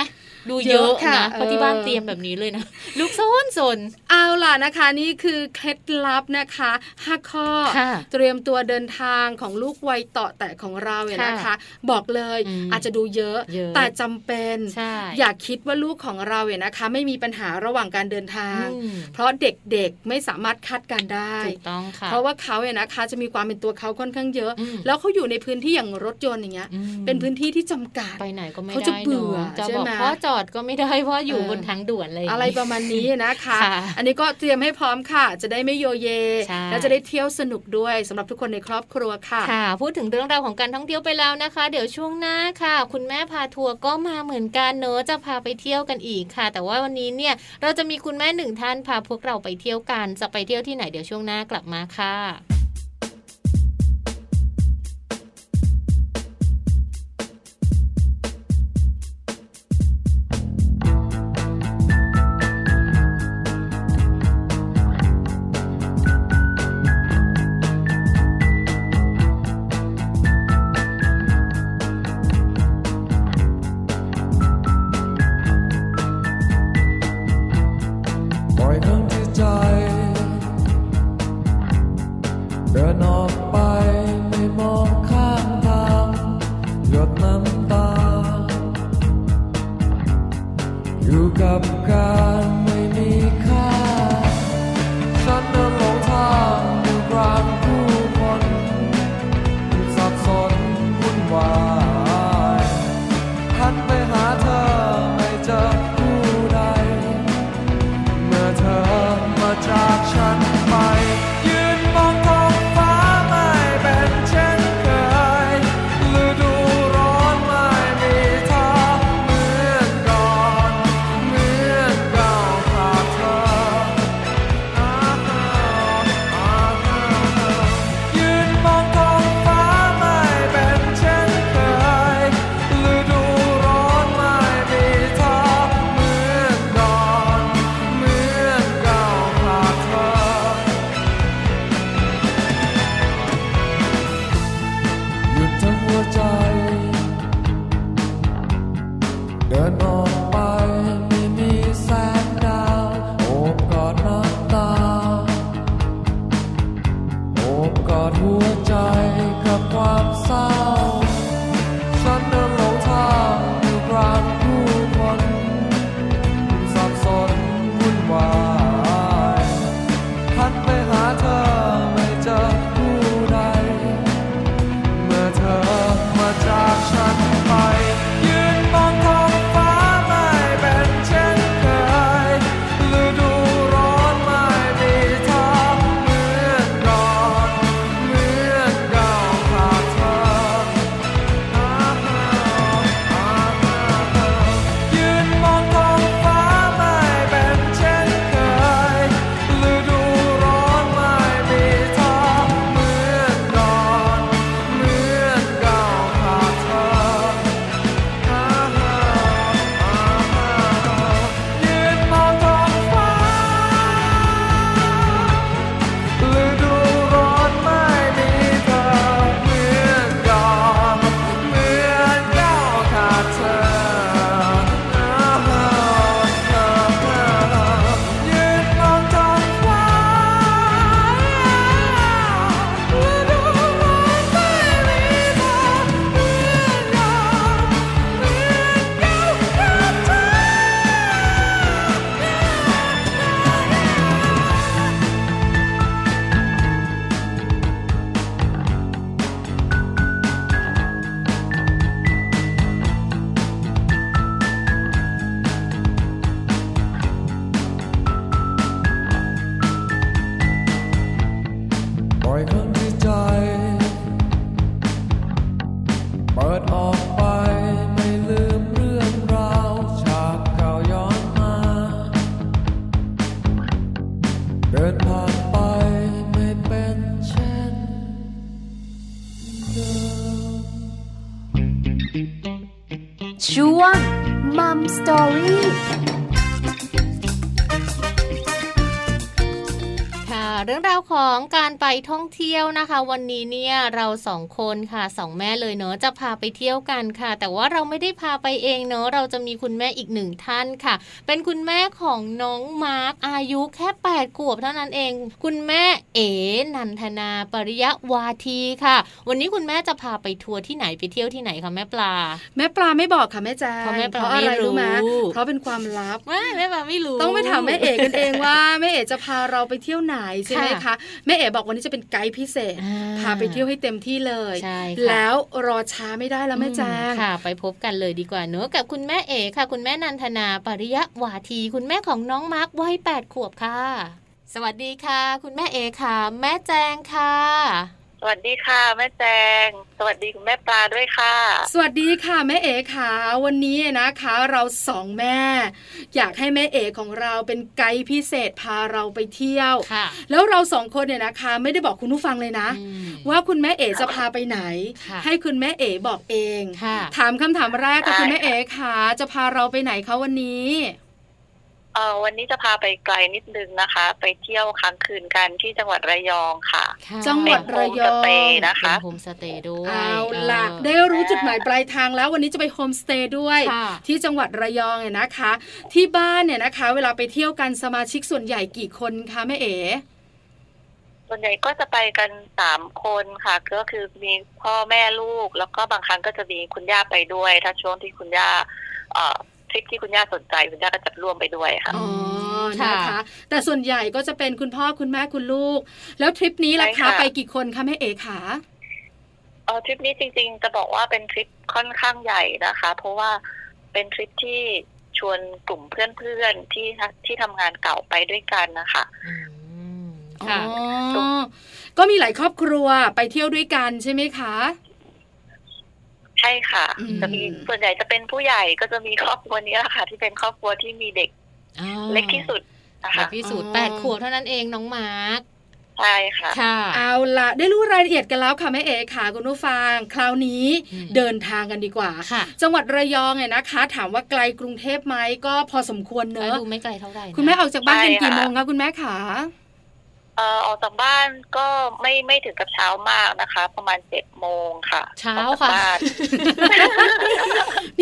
ดูเยอะ เยอะค่ะ นะเพราะที่บ้าน เออ เตรียมแบบนี้เลยนะ ลูกซนซน เอาล่ะนะคะนี่คือเคล็ดลับนะคะห้าข้อ ค่ะ เตรียมตัวเดินทางของลูกวัยเต่อแต่ของเราเนี่ยนะคะ ค่ะ บอกเลย อืม อาจจะดูเยอะ เยอะ แต่จำเป็น ใช่ อย่าคิดว่าลูกของเราเนี่ยนะคะ ไม่มีปัญหาระหว่างการเดินทาง อืม เพราะเด็กๆไม่สามารถคาดการณ์ได้ ถูกต้องค่ะ เพราะว่าเขาเนี่ยนะคะจะมีความเป็นตัวเขาค่อนข้างเยอะ อืม แล้วเขาอยู่ในพื้นที่อย่างรถยนต์อย่างเงี้ย อืม เป็นพื้นที่ที่จำกัด ไปไหนก็ไม่ เขา ได้ จะเบื่อ นะจะ ใช่ บอก ไหม เพราะจอดก็ไม่ได้เพราะอยู่ เออ บนทางด่วนอะไรย่าง อะไร เงี้ย ประมาณนี้นะคะ ค่ะ อันนี้ก็เตรียมให้พร้อมค่ะ จะได้ไม่โยเย ใช่ และจะได้เที่ยวสนุกด้วยสำหรับทุกคนในครอบครัวค่ะ ค่ะ พูดถึงเรื่องราวของการท่องเที่ยวไปแล้วนะคะ เดี๋ยวช่วงหน้าค่ะ คุณแม่พาทัวร์ก็มาเหมือนกันเนอะจะพาไปเที่ยวกันอีกค่ะ แต่ว่าวันนี้เนี่ยเราจะมีคุณแม่หนึ่งท่านพาพวกเราไปเที่ยวกัน จะไปเที่ยวที่ไหนเดี๋ยวช่วงหน้ากลับมาค่ะ ปล่อยคนที่ใจ เดินออกไปไม่มองข้างทางหยดน้ำตา อยู่กับการไม่มีค่า ฉันเดินหลงทางอยู่กลางผู้คนที่สับสนวุ่นวายหันไปหาเธอไม่เจอผู้ใด เมื่อเธอมาจากฉันไป ยืนมองท้องฟ้าไม่เป็นเช่นเคย อกกอดหัวใจกับความเศร้า ฉันเดินหลงทางอยู่กลางผู้คนสับสนวุ่นวายหันไปหาเธอไม่เจอผู้ใด เมื่อเธอมาจากฉันไป ยืนมองท้องฟ้าไม่เป็นเช่นเคยฤดูร้อนไม่มีทางเหมือนก่อนเหมือนดาวขาดเธอ ยืนมองท้องฟ้าไม่เป็นเช่นเคยฤดูร้อนไม่มีทางเหมือนก่อนเหมือนก้าวขาดเธอ ยืนมองท้องฟ้าฤดูร้อนไม่มีเธอเหมือนก่อนเหมือนก้าวขาดเธอ ยืนมองท้องฟ้าฤดูร้อนไม่มีเธอเหมือนก่อนเหมือนก้าวขาดเธอ ปล่อยคนที่ใจ เปิดออกไปไม่ลืมเรื่องราวฉากเก่าย้อนมา เดินผ่านไปไม่เป็นเช่นเดิม ช่วงมัมสตอรี่ ค่ะ เรื่องราวของการไปท่องเที่ยวนะคะ วันนี้เนี่ยเราสองคนค่ะสองแม่เลยเนอะจะพาไปเที่ยวกันค่ะ แต่ว่าเราไม่ได้พาไปเองเนอะเราจะมีคุณแม่อีกหนึ่งท่านค่ะ เป็นคุณแม่ของน้องมาร์คอายุแค่8ขวบเท่านั้นเอง คุณแม่เอ๋นันทนาปริยวาทีค่ะ วันนี้คุณแม่จะพาไปทัวร์ที่ไหนไปเที่ยวที่ไหนคะแม่ปลา แม่ปลาไม่บอกค่ะแม่แจง เพราะแม่ปลา เพราะอะไร ไม่รู้ รู้ไหมเพราะเป็นความลับ ไม่แม่ปลาไม่รู้ ต้องไปถามแม่เอกกันเองว่าแม่เอกจะพาเราไปเที่ยวไหนใช่ไหม ค่ะ คะแม่เอกบอกวันนี้จะเป็นไกด์พิเศษ อ่า พาไปเที่ยวให้เต็มที่เลย ใช่ค่ะ แล้วรอช้าไม่ได้แล้วแม่แจง ค่ะ ไปพบกันเลยดีกว่าเนอะกับคุณแม่เอ๋ค่ะ คุณแม่นันทนาปริยวาที คุณแม่ของน้องมาร์ควัยแปดขวบค่ะ สวัสดีค่ะ คุณแม่เอ๋ค่ะ แม่แจงค่ะ สวัสดีค่ะ แม่แจง สวัสดีคุณแม่ปลาด้วยค่ะ สวัสดีค่ะแม่เอ๋ค่ะวันนี้นะคะเราสองแม่ อยากให้แม่เอ๋ของเราเป็นไกด์พิเศษพาเราไปเที่ยว ค่ะ แล้วเราสองคนเนี่ยนะคะ ไม่ได้บอกคุณผู้ฟังเลยนะ อืม ว่าคุณแม่เอ๋จะพาไปไหน ค่ะ ให้คุณแม่เอ๋บอกเอง ค่ะ ถามคำถามแรกค่ะ ได้ คุณแม่เอ๋ค่ะ จะพาเราไปไหนคะวันนี้ เอ่อวันนี้จะพาไปไกลนิดนึงนะคะ ไปเที่ยวค้างคืนกันที่จังหวัดระยองค่ะ ค่ะ จังหวัดระยอง เป็นโฮมสเตย์นะ เป็ คะ นโฮมสเตย์ด้วย เอาล่ะ เออ ได้รู้จุดหมายปลายทางแล้ววันนี้จะไปโฮมสเตย์ด้วย ค่ะ ที่จังหวัดระยองเนี่ยนะคะ ที่บ้านเนี่ยนะคะ เวลาไปเที่ยวกันสมาชิกส่วนใหญ่กี่คนคะแม่เอ๋ ส่วนใหญ่ก็จะไปกันสามคนค่ะ ก็คือมีพ่อแม่ลูก แล้วก็บางครั้งก็จะมีคุณย่าไปด้วย ถ้าช่วงที่คุณย่าเอ่อทริปที่คุณย่าสนใจ คุณย่าก็จะร่วมไปด้วยค่ะ อ๋อ ค่ะ นะคะ แต่ส่วนใหญ่ก็จะเป็นคุณพ่อคุณแม่คุณลูก แล้วทริปนี้ล่ะ ใช่ คะ ค่ะ ไปกี่คนคะแม่เอ๋ขา เออทริปนี้จริงๆ จะบอกว่าเป็นทริปค่อนข้างใหญ่นะคะ เพราะว่าเป็นทริปที่ชวนกลุ่มเพื่อนๆที่ทำที่ทำงานเก่าไปด้วยกันนะคะ อืม อ๋ ค่ะ อก็มีหลายครอบครัวไปเที่ยวด้วยกันใช่ไหมคะ ใช่ค่ะ อืม จะมีส่วนใหญ่จะเป็นผู้ใหญ่ก็จะมีครอบครัวนี้แหละค่ะ ที่เป็นครอบครัวที่มีเด็กเล็กที่สุดนะ เล็ คะ กที่สุด อ๋อ แปดขวบเท่านั้นเองน้องมาร์ค ใช่ค่ะ ค่ะ เอาล่ะได้รู้รายละเอียดกันแล้วค่ะแม่เอ๋ขาคุณผู้ฟังคราวนี้ อืม เดินทางกันดีกว่า ค่ะ จังหวัดระยองเนี่ยนะคะ ถามว่าไกลกรุงเทพไหมก็พอสมควรเน แล้ว อะ ดูไม่ไกลเท่าไหร่นะ คุณแม่ออกจากบ้านกัน ใช่ กี่ ค่ะ โมงคะคุณแม่ขา เอ่อออกจากบ้านก็ไม่ ไม่ไม่ถึงกับเช้ามากนะคะ ประมาณเจ็ดโมงค่ะ เช้า ออกจก ค่ะ บ้าน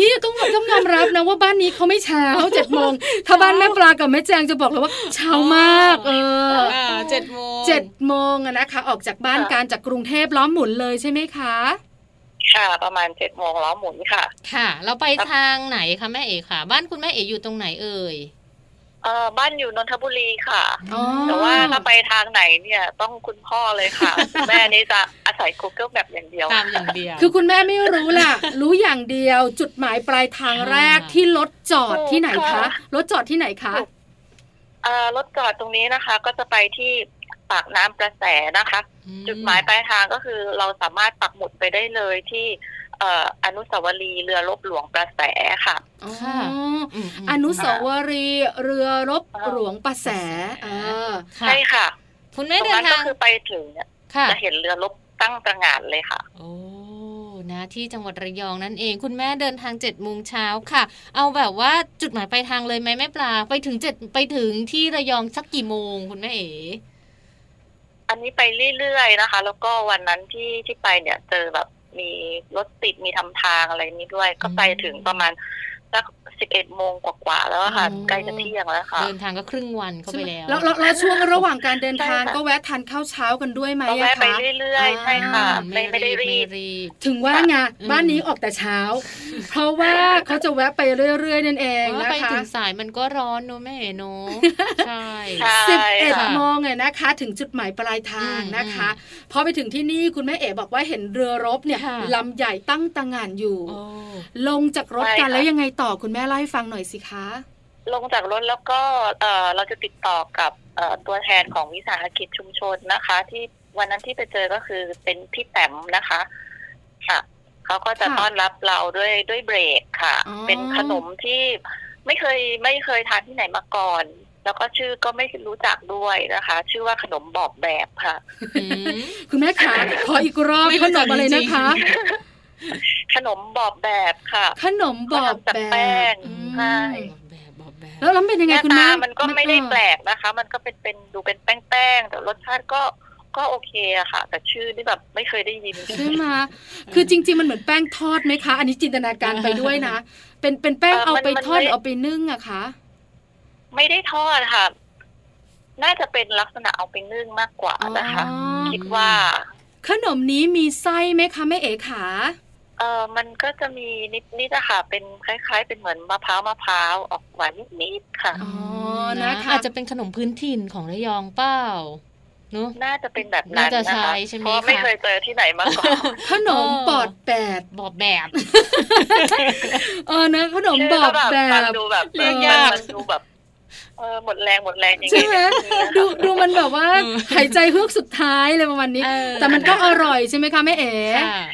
นี่ต้องต้องยอมรับนะว่าบ้านนี้เขาไม่เช้าเจ็ดโมงถ้าบ้านแม่ปลากับแม่แจงจะบอกเลยว่าเช้ามาก เออ อ่าเจ็ดโมง เจ็ดโมงอะนะคะ ออกจากบ้าน ค่ะ การจากกรุงเทพล้อมหมุนเลยใช่ไหมคะ ค่ะ ประมาณเจ็ดโมงล้อหมุนค่ะ ค่ะ เราไปทางไหนคะแม่เอ๋ค่ะ บ้านคุณแม่เอ๋อยู่ตรงไหนเอ่ย เออบ้านอยู่นนทบุรีค่ะ อ๋อ แต่ว่าถ้าไปทางไหนเนี่ยต้องคุณพ่อเลย ค่ะ แม่นี่จะอาศัย Google แบบอย่างเดียว ตามอย่างเดียว คือคุณแม่ไม่รู้ล่ะ รู้อย่างเดียว จุดหมายปลายทางแรก อ่า ที่รถจอดที่ไหนคะ ค่ะ รถจอดที่ไหนคะ ถูก เอ่อรถจอดตรงนี้นะคะ ก็จะไปที่ปากน้ำประแสนะคะ ม จุดหมายปลายทางก็คือเราสามารถปักหมุดไปได้เลยที่เอ่ออนุสาวรีย์เรือรบหลวงประแสค่ะ อ๋อ ค่ะ มม อนุสาวรีย์เรือรบหลวงประแสเออ ค่ะ ใช่ค่ะ คุณ ต แม่ รง เดิน นั้นก็ ทาง คือไปถึงเนี่ย ค่ะ จะเห็นเรือรบตั้งตระหง่านเลยค่ะ โอ้ นะที่จังหวัดระยองนั่นเอง คุณแม่เดินทางเจ็ดโมงเช้าค่ะ เอาแบบว่าจุดหมายปลายทางเลยไหมแม่ปลา ไปถึงเจ็ดไปถึงที่ระยองสักกี่โมงคุณแม่เอ๋ อันนี้ไปเรื่อยๆนะคะ แล้วก็วันนั้นที่ที่ไปเนี่ยเจอแบบมีรถติดมีทำทางอะไรนี้ด้วย ก็ไปถึงประมาณสักสิบเอ็ดโมงกว่าๆแล้วอะค่ะ อ๋อ ใกล้จะเที่ยงแล้วค่ะ เดินทางก็ครึ่งวันเข้าไปแล้ว แล้วแล้วแล้วช่วงระหว่างการเดินทาง ใช่ค่ะ ก็แวะทานข้าวเช้ากันด้วยไหม ก็ อะ แวะไป คะ เรื่อยๆ ใช่ค่ะ ไม่ไม่ได้รีบ บ ถึงว่าไง อืม บ้านนี้ออกแต่เช้า เพราะว่าเขาจะแวะไปเรื่อยๆนั่นเอง เพราะว่า นะ ไป คะ ถึงสายมันก็ร้อนเนอะแม่เอ๋เนอะใช่ ใช่ สิบเอ็ด ค่ะ โมงเนี่ยนะคะ ถึงจุดหมายปลายทางนะคะ พอไปถึงที่นี่คุณแม่เอ๋บอกว่าเห็นเรือรบเนี่ย ค่ะ ลำใหญ่ตั้งตระหง่านอยู่ โอ้ ลงจากรถกัน ใช่ค่ะ แล้วยังไงต่อคุณแม่เล่าให้ฟังหน่อยสิคะ ลงจากรถแล้วก็เอ่อเราจะติดต่อกับเอ่อตัวแทนของวิสาหกิจชุมชนนะคะ ที่วันนั้นที่ไปเจอก็คือเป็นพี่แต้มนะคะค่ะเขาก็จะ ค่ะ ต้อนรับเราด้วยด้วยเบรกค่ะ อ๋อ เป็นขนมที่ไม่เคยไม่เคยทานที่ไหนมาก่อน แล้วก็ชื่อก็ไม่รู้จักด้วยนะคะ ชื่อว่าขนมบอบแบบค่ะ อืม คุณแม่ขาขออีกรอบ ไม่ ข รู้ น จัก มอะไร จริ นะ งๆ คะ ขนมบอบแบบค่ะ ขนมบอบ เขาทำจาก แบ แป้ บ ง อืม ใช่ บอกแบบบอกแบบ แล้วแล้วเป็นยัง ห ไง น้า คุณ ตา แม่ มันก็ไม่ได้แปลกนะคะ มันก็เป็นเป็นดูเป็นแป้งๆแต่รสชาติก็ก็โอเคอะค่ะ แต่ชื่อนี่แบบไม่เคยได้ยิน ใช่ไหมคือจริง ๆ มันเหมือนแป้งทอดไหมคะ อันนี้จินตนาการไปด้วยนะ เป็นเป็นแป้ง เอ่อ เอา มัน ไป มัน ทอดห ไม่ รือเอาไปนึ่งอะคะ ไม่ได้ทอดค่ะ น่าจะเป็นลักษณะเอาไปนึ่งมากกว่า อ๋อ นะคะ คิ คิดว่า ขนมนี้มีไส้ไหมคะแม่เอ๋ขา เออมันก็จะมีนิดนิดๆอะค่ะ เป็นคล้าย ๆ เป็นเหมือนมะพร้าวมะพร้าวออกหวานนิดๆค่ะ อ๋อนะคะ อาจจะเป็นขนมพื้นถิ่นของระยองเปล่าเนอะ น่าจะเป็นแบบนั้น น่าจะ นะ ใช่ คะ ใช่ไหม เพราะไม่ คะ เคยเจอที่ไหนมาก่อน ขนมบอดแบด บอกแบบ เออนะขนม ชื่ บอ ก็ ดแบ มัน บ ดูแบบ เรียกยาก มันดูแบบเออหมดแรงหมดแรงยังไง ใช่ไหม เนี่ย ดูดูมันแบบว่า เออ หายใจเฮือกสุดท้ายเลยประมาณนี้ เออ แต่มันก็อร่อยใช่ไหมคะแม่เอ๋ ค่ะ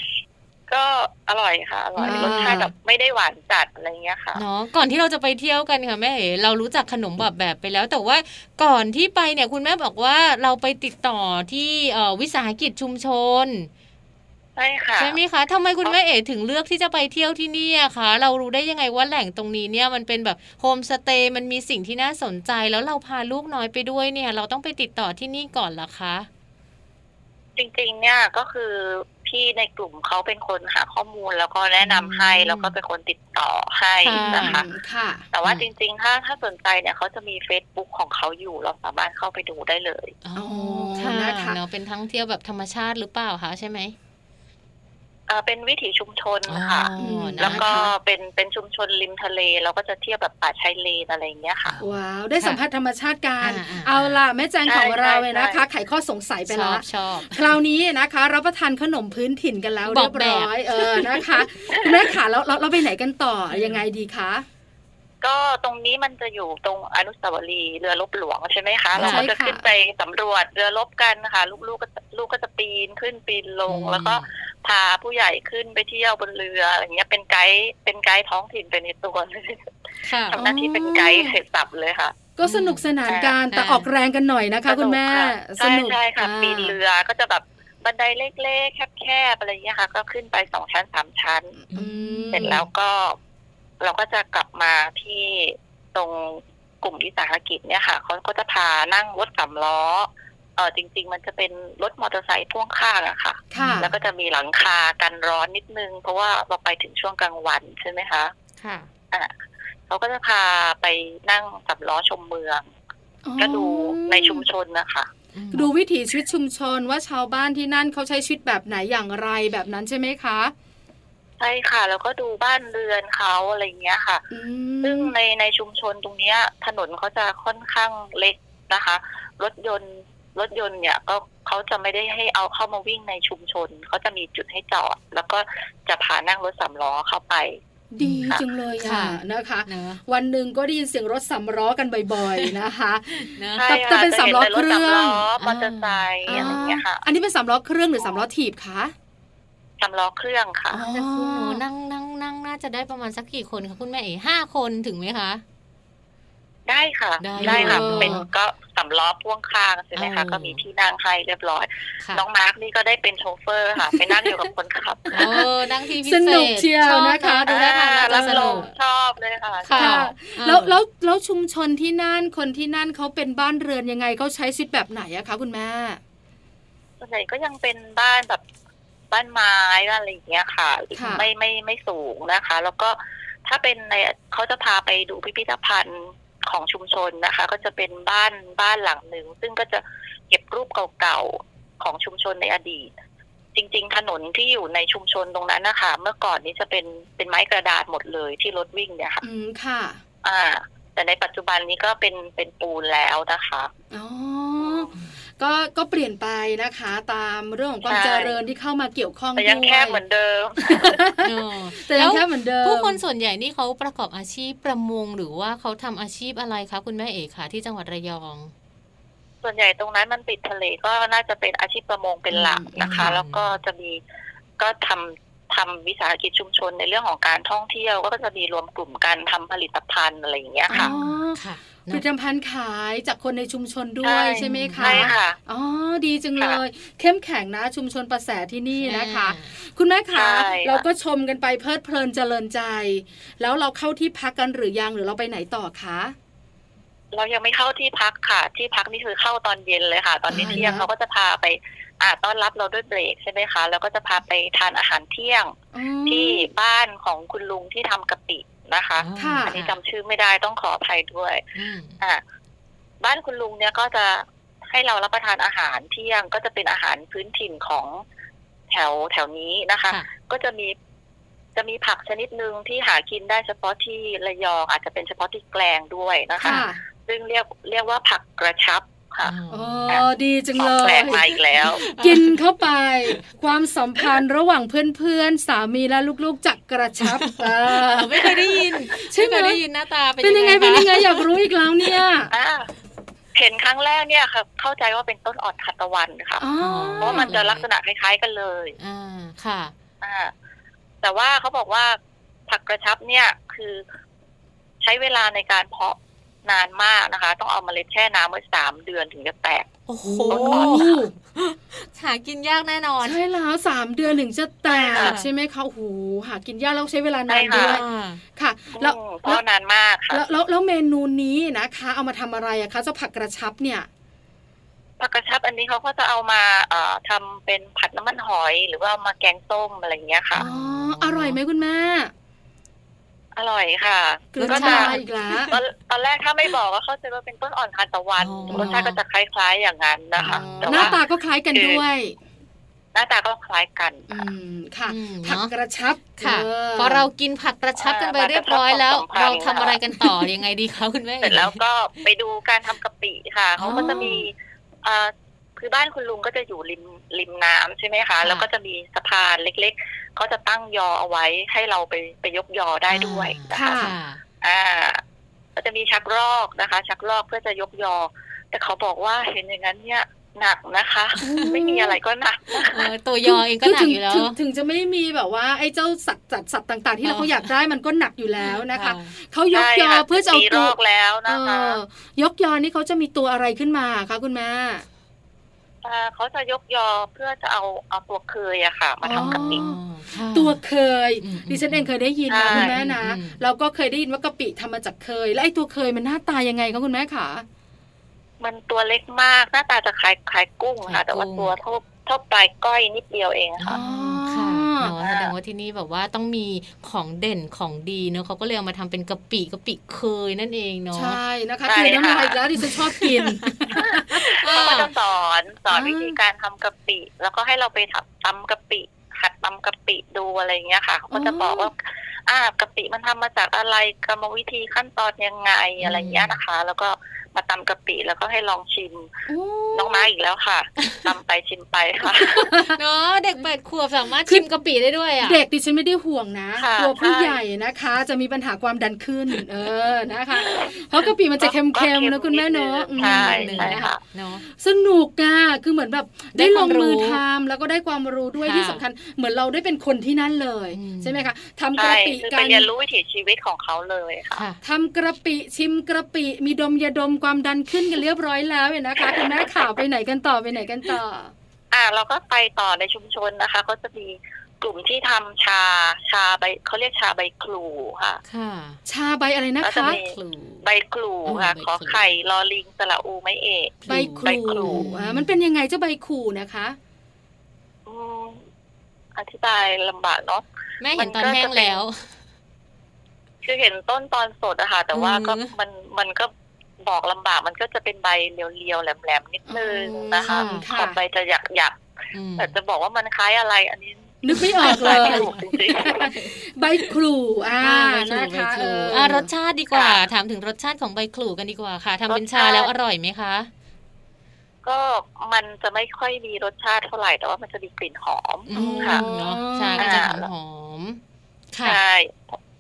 ก็อร่อยค่ะอร่อย อ่าร ร สชาติแบบไม่ได้หวานจัดอะไรเงี้ยค่ะ เนาะก่อนที่เราจะไปเที่ยวกันค่ะแม่เอ๋เรารู้จักขนมแบบแบบไปแล้ว แต่ว่าก่อนที่ไปเนี่ยคุณแม่บอกว่าเราไปติดต่อที่เอ่อวิสาหกิจชุมชน ใช่ค่ะ ใช่ไหมคะทำไมคุณแม่เอ๋ถึงเลือกที่จะไปเที่ยวที่นี่อะคะ เรารู้ได้ยังไงว่าแหล่งตรงนี้เนี่ยมันเป็นแบบโฮมสเตย์มันมีสิ่งที่น่าสนใจแล้วเราพาลูกน้อยไปด้วยเนี่ย เราต้องไปติดต่อที่นี่ก่อนเหรอคะ จริงๆ เนี่ยก็คือพี่ในกลุ่มเขาเป็นคนหาข้อมูลแล้วก็แนะนำให้ อืม แล้วก็เป็นคนติดต่อให้นะ อื คะ มค่ะ แต่ว่า อืม จริง ๆ ถ้าถ้าสนใจเนี่ยเขาจะมี Facebook ของเขาอยู่เราสามารถเข้าไปดูได้เลย อ๋อ ค่ะ ค่ะเนาะเป็นท่องเที่ยวแบบธรรมชาติหรือเปล่าคะใช่ไหม เอ่อเป็นวิถีชุมชนค่ะ อ๋อนะ แล้วก็ คะ เป็นเป็นชุมชนริมทะเลเราก็จะเที่ยวแบบป่าชายเลนอะไรอย่างเงี้ยค่ะ ว้าวได้สัมผัสธรรมชาติกัน อ่าอ่า เอาล่ะแม่แจงของ ใช่ เราเลยนะ ใช่ คะไขข้อสงสัยไป ชอ ละ บชอบ คราวนี้นะคะรับประทานขนมพื้นถิ่นกันแล้ว บ เรี อย ก บ แบบ ร้อยเออนะคะคุณแม่ขาแล้วเราไปไหนกันต่อยังไงดีคะ ก็ตรงนี้มันจะอยู่ตรงอนุสาวรีย์เรือรบหลวงใช่ไหมคะ ใช่ค่ะ เราก็จะขึ้นไปสำรวจเรือรบกันค่ะ ลูกๆก็ลูกก็จะปีนขึ้นปีนลง แล้วก็พาผู้ใหญ่ขึ้นไปเที่ยวบนเรืออะไรเงี้ยเป็นไกด์เป็นไกด์ท้องถิ่นไปในตัวเลย ค่ะ ทำหน้าที่เป็นไกด์เสร็จสับเลยค่ะ ก็สนุกสนานกัน อ่า แต่ออกแรงกันหน่อยนะคะ คุณแม่ส สนุ นุ ก ก ค่ะใช่ใช่ค่ะ อ่า ปีนเรือก็จะแบบบันไดเล็กๆแคบๆอะไรเงี้ยค่ะ ก็ขึ้นไปสองชั้นสามชั้น อืม เสร็จแล้วก็เราก็จะกลับมาที่ตรงกลุ่มวิสาหกิจเนี่ยค่ะเขาก็จะพานั่งรถสามล้อ เออจริง ๆ มันจะเป็นรถมอเตอร์ไซค์พ่วงข้างอะค่ะ ค่ะ แล้วก็จะมีหลังคากันร้อนนิดนึง เพราะว่าเราไปถึงช่วงกลางวันใช่ไหมคะ ค่ะ เขาก็จะพาไปนั่งสับล้อชมเมือง ก็ดูในชุมชนนะคะ ดูวิถีชีวิตชุมชนว่าชาวบ้านที่นั่นเขาใช้ชีวิตแบบไหนอย่างไรแบบนั้นใช่ไหมคะ ใช่ค่ะ แล้วก็ดูบ้านเรือนเขาอะไรอย่างเงี้ยค่ะ อื ซึ่ง ม ในในชุมชนตรงเนี้ย ถนนเขาจะค่อนข้างเล็กนะคะ รถยนต์รถยนต์เนี่ยก็เขาจะไม่ได้ให้เอาเข้ามาวิ่งในชุมชนเขาจะมีจุดให้จอด แล้วก็จะพานั่งรถสามล้อเข้าไป ดีจังเลย ค่ะ อ่ะนะคะ เนอะ วันหนึ่งก็ได้ยินเสียงรถสำล้อกันบ่อยๆนะคะ เนอะ ใช่ แต่ ค่ะ เป็นสามล้อ จะห็นแต่ถสาม เครื่ ล้ อง มอเตอร์ไซค์อะไรอย่างเงี้ยค่ะ อันนี้เป็นสำล้อเครื่องหรือสำล้อถีบคะ สามล้อเครื่องค่ะ อ๋อ แต่คุณหนูนั่งนั่งนั่งน่าจะได้ประมาณสักกี่คนคะคุณแม่เอ๋ห้าคนถึงไหมคะ ได้ค่ะ ได้ ค่ะ เลย เป็นก็สำล้อพ่วงข้างใช่ไหมคะ เออ ก็มีที่นั่งให้เรียบร้อย ค่ะ น้องมาร์กนี่ก็ได้เป็นโชเฟอร์ค่ะ ไปนั่งอยู่กับคนขับ เออนั่งที่พิเศ ส ษ นุกเชียวนะชอคะบดูท่าทางน่าจะ บ ส ล นุ ม ก ชอบเลยค่ะ ค่ะ ชอบ แล้วแล้วแล้วชุมชนที่นั่นคนที่นั่นเขาเป็นบ้านเรือนยังไงเขาใช้ชีวิตแบบไหนอะคะคุณแม่ ส่วนใหญ่ก็ยังเป็นบ้านแบบบ้านไม้บ้านอะไรอย่างเงี้ยค่ะ ค่ะ ไม่ไม่ไม่สูงนะคะ แล้วก็ถ้าเป็นในเขาจะพาไปดูพิพิธภัณฑ์ของชุมชนนะคะ ก็จะเป็นบ้านบ้านหลังหนึ่ง ซึ่งก็จะเก็บรูปเก่าๆของชุมชนในอดีต จริง ๆ ถนนที่อยู่ในชุมชนตรงนั้นนะคะ เมื่อก่อนนี้จะเป็นเป็นไม้กระดาษหมดเลยที่รถวิ่งเนี่ยค่ะ อืมค่ะ อ่า แต่ในปัจจุบันนี้ก็เป็นเป็นปูนแล้วนะคะ อ๋อก็ก็เปลี่ยนไปนะคะ ตามเรื่องของความ ใช่ เจริญที่เข้ามาเกี่ยวข้อง แต่ยัง ด้วย แคบเหมือนเดิม เออ แต่ยังแคบเหมือนเดิม ผู้คนส่วนใหญ่นี่เขาประกอบอาชีพประมงหรือว่าเขาทำอาชีพอะไรคะคุณแม่เอ๋คะที่จังหวัดระยอง ส่วนใหญ่ตรงนั้นมันติดทะเลก็น่าจะเป็นอาชีพประมงเป็นหลักนะคะ อืม แล้วก็จะมีก็ทำทำวิสาหกิจชุมชนในเรื่องของการท่องเที่ยว ก็จะมีรวมกลุ่มกันทำผลิตภัณฑ์อะไรอย่างเงี้ยค่ะ อ๋อ ค่ะ ผ เน ลิ อะ ตภัณฑ์ขายจากคนในชุมชนด้วย ใช่ ใช่ไหมคะ ใช่ค่ะ อ๋อดีจังเลย เข้มแข็งนะชุมชนประแสที่นี่นะคะ คุณแม่คะ ใช่ค่ะ เราก็ชมกันไปเพลิดเพลินเจริญใจ แล้วเราเข้าที่พักกันหรือยังหรือเราไปไหนต่อคะ เรายังไม่เข้าที่พักค่ะ ที่พักนี่คือเข้าตอนเย็นเลยค่ะ ตอนนี้ อ่า เที่ยง นะ เขาก็จะพาไปอ่าต้อนรับเราด้วยเบรกใช่ไหมคะ แล้วก็จะพาไปทานอาหารเที่ยง อ๋อ ที่บ้านของคุณลุงที่ทำกะปินะคะ ค่ะ อันนี้จำชื่อไม่ได้ต้องขออภัยด้วย อืม อ่ะบ้านคุณลุงเนี่ยก็จะให้เรารับประทานอาหารเที่ยงก็จะเป็นอาหารพื้นถิ่นของแถวแถวนี้นะคะ ค่ะ ก็จะมีจะมีผักชนิดหนึ่งที่หากินได้เฉพาะที่ระยองอาจจะเป็นเฉพาะที่แกลงด้วยนะคะ ค่ะ ซึ่งเรียกเรียกว่าผักกระชับค่ะ อ๋อดีจัง ขอ เล งแปล ย กมาอีก แล้ว กินเข้าไป ความสัมพันธ์ระหว่างเพื่อนๆ สามีและลูกๆจักกระชับอ่า ไม่เคยได้ยิน ใช่ ไม่เคยไหมได้ยินหน้าตาเป็น เป็นยังไงเป็นยังไง คะ อยากรู้อีกแล้วเนี่ย อ่ะเห็นครั้งแรกเนี่ยค่ะ เข้าใจว่าเป็นต้นอ่อนทัดตะวันค่ะ อ๋อ เพราะว่ามันจะลักษณะคล้ายๆกันเลย อ่าค่ะ อ่าแต่ว่าเขาบอกว่าผักกระชับเนี่ยคือใช้เวลาในการเพาะนานมากนะคะ ต้องเอาเมาเล็ดแช่น้ำไว้สามเดือนถึงจะแตก โอ้โห โอ้ หากินยากแน่นอน ใช่แล้วสามเดือนถึงจะแต ใช่ ก ค่ะ ใช่ไหมคะโอ้โหหากินยากแล้วใช้เวลานานด้ใช่ค่ะวย ค่ะ แล้ว อืมเพ แล้ว ราะนานมากค่ะ แล้วแล้วแล้วเมนูนี้นะคะ เอามาทำอะไรอะคะเจ้าผักกระชับเนี่ย ผักกระชับอันนี้เขาก็จะเอามาเอ่อทำเป็นผัดน้ำมันหอย หรือว่าเอามาแกงส้มอะไรอย่างเงี้ยค่ะ อ๋อ อร่อยไหมคุณแม่ อร่อยค่ะ กลืน ก็ น้ำ จะ ลายอีกแล้ว ตอนตอนแรกถ้าไม่บอกก็เข้าใจว่าเป็นต้นอ่อนทานตะวัน อ๋อ รสชาติก็จะคล้ายๆอย่างนั้นนะคะ อ๋อ แต่ หน้า ว่า ตาก็คล้ายกันด้วย หน้าตาก็คล้ายกัน อืม ค่ะ อืมเนอะ ผักกระชับ ค่ะ ออ พอเรากินผักกระชับกันไปเรียบร้อยแล้ว อ่าผักกระชับ เราทำอะไรกันต่อยังไงดีคะคุณแม่ เสร็จแล้วก็ไปดูการทำกะปิค่ะเขาก็จะมีเอ่อคือบ้านคุณลุงก็จะอยู่ริมริมน้ำใช่ไหมคะ แล้วก็จะมีสะพานเล็กๆเขาจะตั้งยอเอาไว้ให้เราไปไปยกยอได้ด้วยนะ ค่ะ คะอ่าก็จะมีชักรอกนะคะ ชักรอกเพื่อจะยกยอ แต่เขาบอกว่าเห็นอย่างนั้นเนี่ยหนักนะคะ อืม ไม่มีอะไรก็หนักนะ เออตัวยอเองก็ คื หนัก ถึง อยู่แล้ว ถึงถึงจะไม่มีแบบว่าไอ้เจ้าสัตว์จัดสัตว์ต่างๆ ที่เราเขาอยากได้มันก็หนักอยู่แล้วนะคะ อ่า เขายกยอ ใช่ค่ะ เพื่อจะเอา มีร ตัว อกแล้ว เอ นะคะ อยกยอนี่เขาจะมีตัวอะไรขึ้นมาคะคุณแม่ เอ่อเขาจะยกยอเพื่อจะเอาเอาตัวเคยอะค่ะ มาทำกะปิ อ๋อ ค่ะ ตัวเคย อืม ดิฉันเองเคยได้ยินนะ ใช่ คุณแม่นะ อืม เราก็เคยได้ยินว่ากะปิทำมาจากเคย และไอ้ตัวเคยมันหน้าตายังไงคะคุณแม่ขา มันตัวเล็กมาก หน้าตาจะคล้ายคล้ายกุ้งค่ะ แต่ว่าตัวเท่าเท่าปลายก้อยนิดเดียวเองค่ะ อ๋อค่ะเนาะแสดงว่าที่นี่แบบว่าต้องมีของเด่นของดีเนาะเขาก็เลยเอามาทำเป็นกะปิกะปิเคยนั่นเองเนาะ ใช่นะคะ ใช่ คือน้ำลาย ค่ะ อีกแล้วที่ฉันชอบ กิน เขาก็จะสอนสอน อ่า วิธีการทำกะปิ แล้วก็ให้เราไปทำตำกะปิ หัดตำกะปิดูอะไรอย่างเงี้ยค่ะเขาก็จะบอกว่า อ่ากะปิมันทำมาจากอะไรกรรมวิธีขั้นตอนยังไงอะไรอย่างเงี้ยนะคะ แล้วก็มาตำกะปิแล้วก็ให้ลองชิม โอ้ น้องไม้อีกแล้วค่ะตำไปชิมไปค่ะ เนาะเด็กแปดขวบสามารถชิมกะปิได้ด้วยอ่ะ เด็กดิฉันไม่ได้ห่วงนะ ค่ะ กลัวผู้ ใช่ ใหญ่นะคะ จะมีปัญหาความดันขึ้น เออนะคะ เพราะกะปิมันจะเค็มๆนะคุณแม่เนาะอืม ใช่ ม ใช่ค่ะ เนาะ สนุกอะคือเหมือนแบบ ได้ ได้ ค ล วางมรู้ มือทำแล้วก็ได้ความรู้ด้วย ค่ะ ที่สำคัญ เหมือนเราได้เป็นคนที่นั่นเลย อืม ใช่ไหมคะทำก ใช่ ระปิ คือ กั ไป น เรียนรู้วิถีชีวิตของเขาเลยค่ะ ค่ะ ทำกระปิชิมกระปิ มีดมยาดมความดันขึ้นกันเรียบร้อยแล้วเนี่ยนะคะคุณแม่ข่าวไปไหนกันต่อไปไหนกันต่อ อ่าเราก็ไปต่อในชุมชนนะคะก็จะมีกลุ่มที่ทำชาชาใบเขาเรียกชาใบคลูค่ะ ค่ะ ชาใบอะไรนะ ก็จะ คะ มี ครู ใบคลู อ๋อ ค่ะ ใบคลู ขอไข่ลอลิงสระอูไม้เอก ใบค ใบครู รูอ่ามันเป็นยังไงเจ้าใบครูนะคะ อืมอธิบายลำบากเนาะ แม่เห็นตอนแห้งแล้ว คือเห็นต้นตอนสดอะค่ะ แต่ว่าก็ อืม มันมันก็บอกลำบากมันก็จะเป็นใบเรียวๆแหลมๆนิดนึงนะคะ อืมค่ะ ขอบใบจะหยัก อืม ๆแต่จะบอกว่ามันคล้ายอะไร อันนี้ นึกไม่ออกเล ตาย ไม่ถูกจริงๆ ใบครูอ่า อ่าใบข นะ ลุ่ใบ คะ ข เอ ลุ่ ออ อ่ารสชาติดีกว่า ค่ะ ถามถึงรสชาติของใบขลุ่กันดีกว่าค่ะทำเป็น รส ชา ชาติ แล้วอร่อยไหมคะ ก็มันจะไม่ค่อยมีรสชาติเท่าไหร่แต่ว่ามันจะมีกลิ่นหอม อืม ค่ะ เนาะชาก็จะหอมหอมๆค่ะ ใช่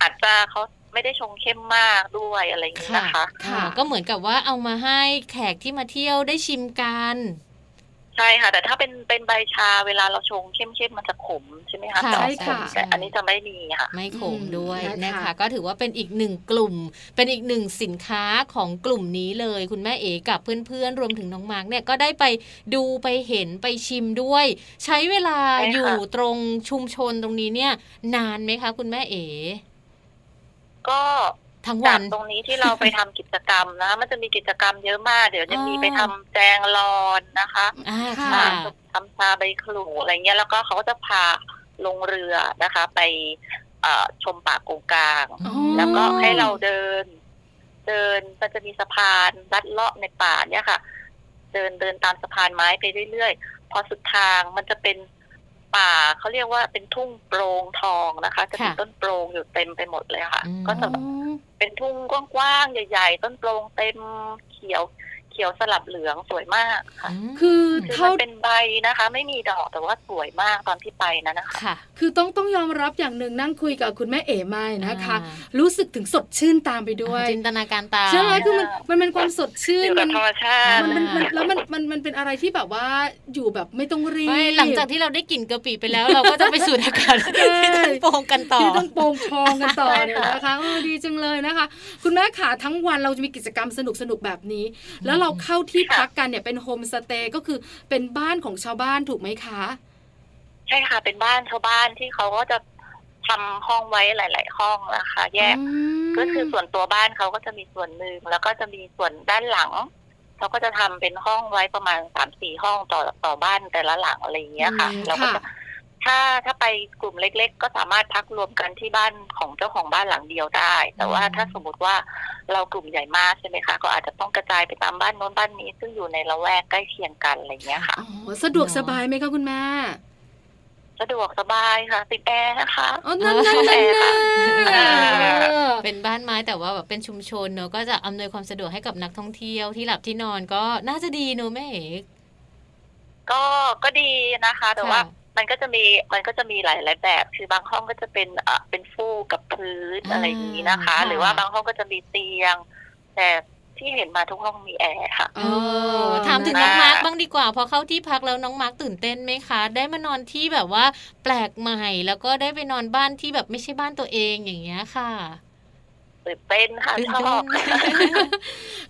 อาจจะเขาไม่ได้ชงเข้มมากด้วยอะไรอย่างนี้นะคะ ค่ะ ก็เหมือนกับว่าเอามาให้แขกที่มาเที่ยวได้ชิมกัน ใช่ค่ะ แต่ถ้าเป็นเป็นใบชาเวลาเราชงเข้มๆมันจะขมใช่ไหมคะ ค่ะ แต่ว่า ใช่ค่ะ แต่อันนี้จะไม่มีค่ะ ไม่ขม อืม ด้วยนะ นะคะ คะ ก็ถือว่าเป็นอีกหนึ่งกลุ่ม เป็นอีกหนึ่งสินค้าของกลุ่มนี้เลย คุณแม่เอ๋กับเพื่อนๆรวมถึงน้องมาร์กเนี่ยก็ได้ไปดูไปเห็นไปชิมด้วย ใช้เวลา ใช่ค่ะ อยู่ตรงชุมชนตรงนี้เนี่ย นานไหมคะ คุณแม่เอ๋ ก็ ทั้ง จา วั ก น ตรงนี้ที่เราไปทำกิจกรรมนะ มันจะมีกิจกรรมเยอะมาก เดี๋ยวจะมี อ่า ไปทำแจงลอนนะคะ อ่า ค่ะ ค่ะ ทำชาใบขลุ่อะไรเงี้ยแล้วก็เขาก็จะพาลงเรือนะคะ ไปเอ่อชมป่าโกงกลาง อ๋อ แล้วก็ให้เราเดิน เดินมันจะมีสะพานลัดเลาะในป่าเนี่ยค่ะ เดินเดินตามสะพานไม้ไปเรื่อยๆ พอสุดทางมันจะเป็นป่าเขาเรียกว่าเป็นทุ่งโปรงทองนะคะ จะมี ค่ะ ต้นโปรงอยู่เต็มไปหมดเลยค่ะ อืม ก็จะแบบเป็นทุ่งกว้างๆใหญ่ ๆ ต้นโปรงเต็มเขียว เขียวสลับเหลืองสวยมากค่ะ อืม คือ คือ เท่า มันเป็นใบนะคะ ไม่มีดอกแต่ว่าสวยมากตอนที่ไปนะนะคะ ค่ะ คือต้องต้องยอมรับอย่างหนึ่งนั่งคุยกับคุณแม่เอ๋ไม่นะคะ อ่า รู้สึกถึงสดชื่นตามไปด้วย จินตนาการตาม ใช่ไหมคือมันมันเป็นความสดชื่น อยู่ มั กับ น ธรรมชาติ มันมัน อ่ามั มันแล้วมันมันมันเป็นอะไรที่แบบว่าอยู่แบบไม่ต้องรีบ ไม่หลังจากที่เราได้กลิ่นกะปิไปแล้ว เราก็จะไปสูดอากาศที่ต้นโปงกันต่อ ที่ต้องโปงทองกันต่อ ใช่ค่ะ เนี่ยนะคะเออดีจังเลยนะคะ คุณแม่ขาทั้งวันเราจะมีกิจกรรมสนุกสนุกๆแบบนี้ แล้วเราเข้าที่พักกันเนี่ยเป็นโฮมสเตย์ก็คือเป็นบ้านของชาวบ้านถูกไหมคะ ใช่ค่ะ เป็นบ้านชาวบ้านที่เขาก็จะทำห้องไว้หลาย ๆ ห้องนะคะ แยก อืม ก็คือส่วนตัวบ้านเขาก็จะมีส่วนหนึ่งแล้วก็จะมีส่วนด้านหลังเขาก็จะทำเป็นห้องไว้ประมาณสามสี่ห้องต่อต่อบ้านแต่ละหลังอะไรอย่างเงี้ยค่ะ อืม เราก็จะถ้าถ้าไปกลุ่มเล็ก ๆ ก็สามารถพักรวมกันที่บ้านของเจ้าของบ้านหลังเดียวได้ แต่ว่า อืม ถ้าสมมติว่าเรากลุ่มใหญ่มากใช่ไหมคะ ก็อาจจะต้องกระจายไปตามบ้านโน้นบ้านนี้ ซึ่งอยู่ในละแวกใกล้เคียงกันอะไรอย่างเงี้ยค่ะ อ๋อสะดวกสบายไหมคะคุณแม่ สะดวกสบายค่ะติดแอร์นะคะ อ๋อนั่นนั่นนั่นนั่น อ่า เออ เป็นบ้านไม้แต่ว่าแบบเป็นชุมชนเนอะก็จะอำนวยความสะดวกให้กับนักท่องเที่ยวที่หลับที่นอนก็น่าจะดีเนอะแม่เอก ก็ก็ดีนะคะ แต่ ค่ะ ว่ามันก็จะมีมันก็จะมีหลายหลายแบบ คือบางห้องก็จะเป็นเอ่อเป็นฟูกกับพื้นอะไรอย่างนี้นะคะ อ่าค่ะ หรือว่าบางห้องก็จะมีเตียง แต่ที่เห็นมาทุกห้องมีแอร์ค่ะ เอ เอ อ อถามถึงน้นะองมาร์กบ้างดีกว่า พอเข้าที่พักแล้วน้องมาร์กตื่นเต้นไหมคะ ได้มานอนที่แบบว่า แปลกใหม่แล้วก็ได้ไปนอนบ้านที่แบบไม่ใช่บ้านตัวเองอย่างเงี้ยค่ะ ตื่นเต้นค่ะ ตื่น ช เต้ อบ น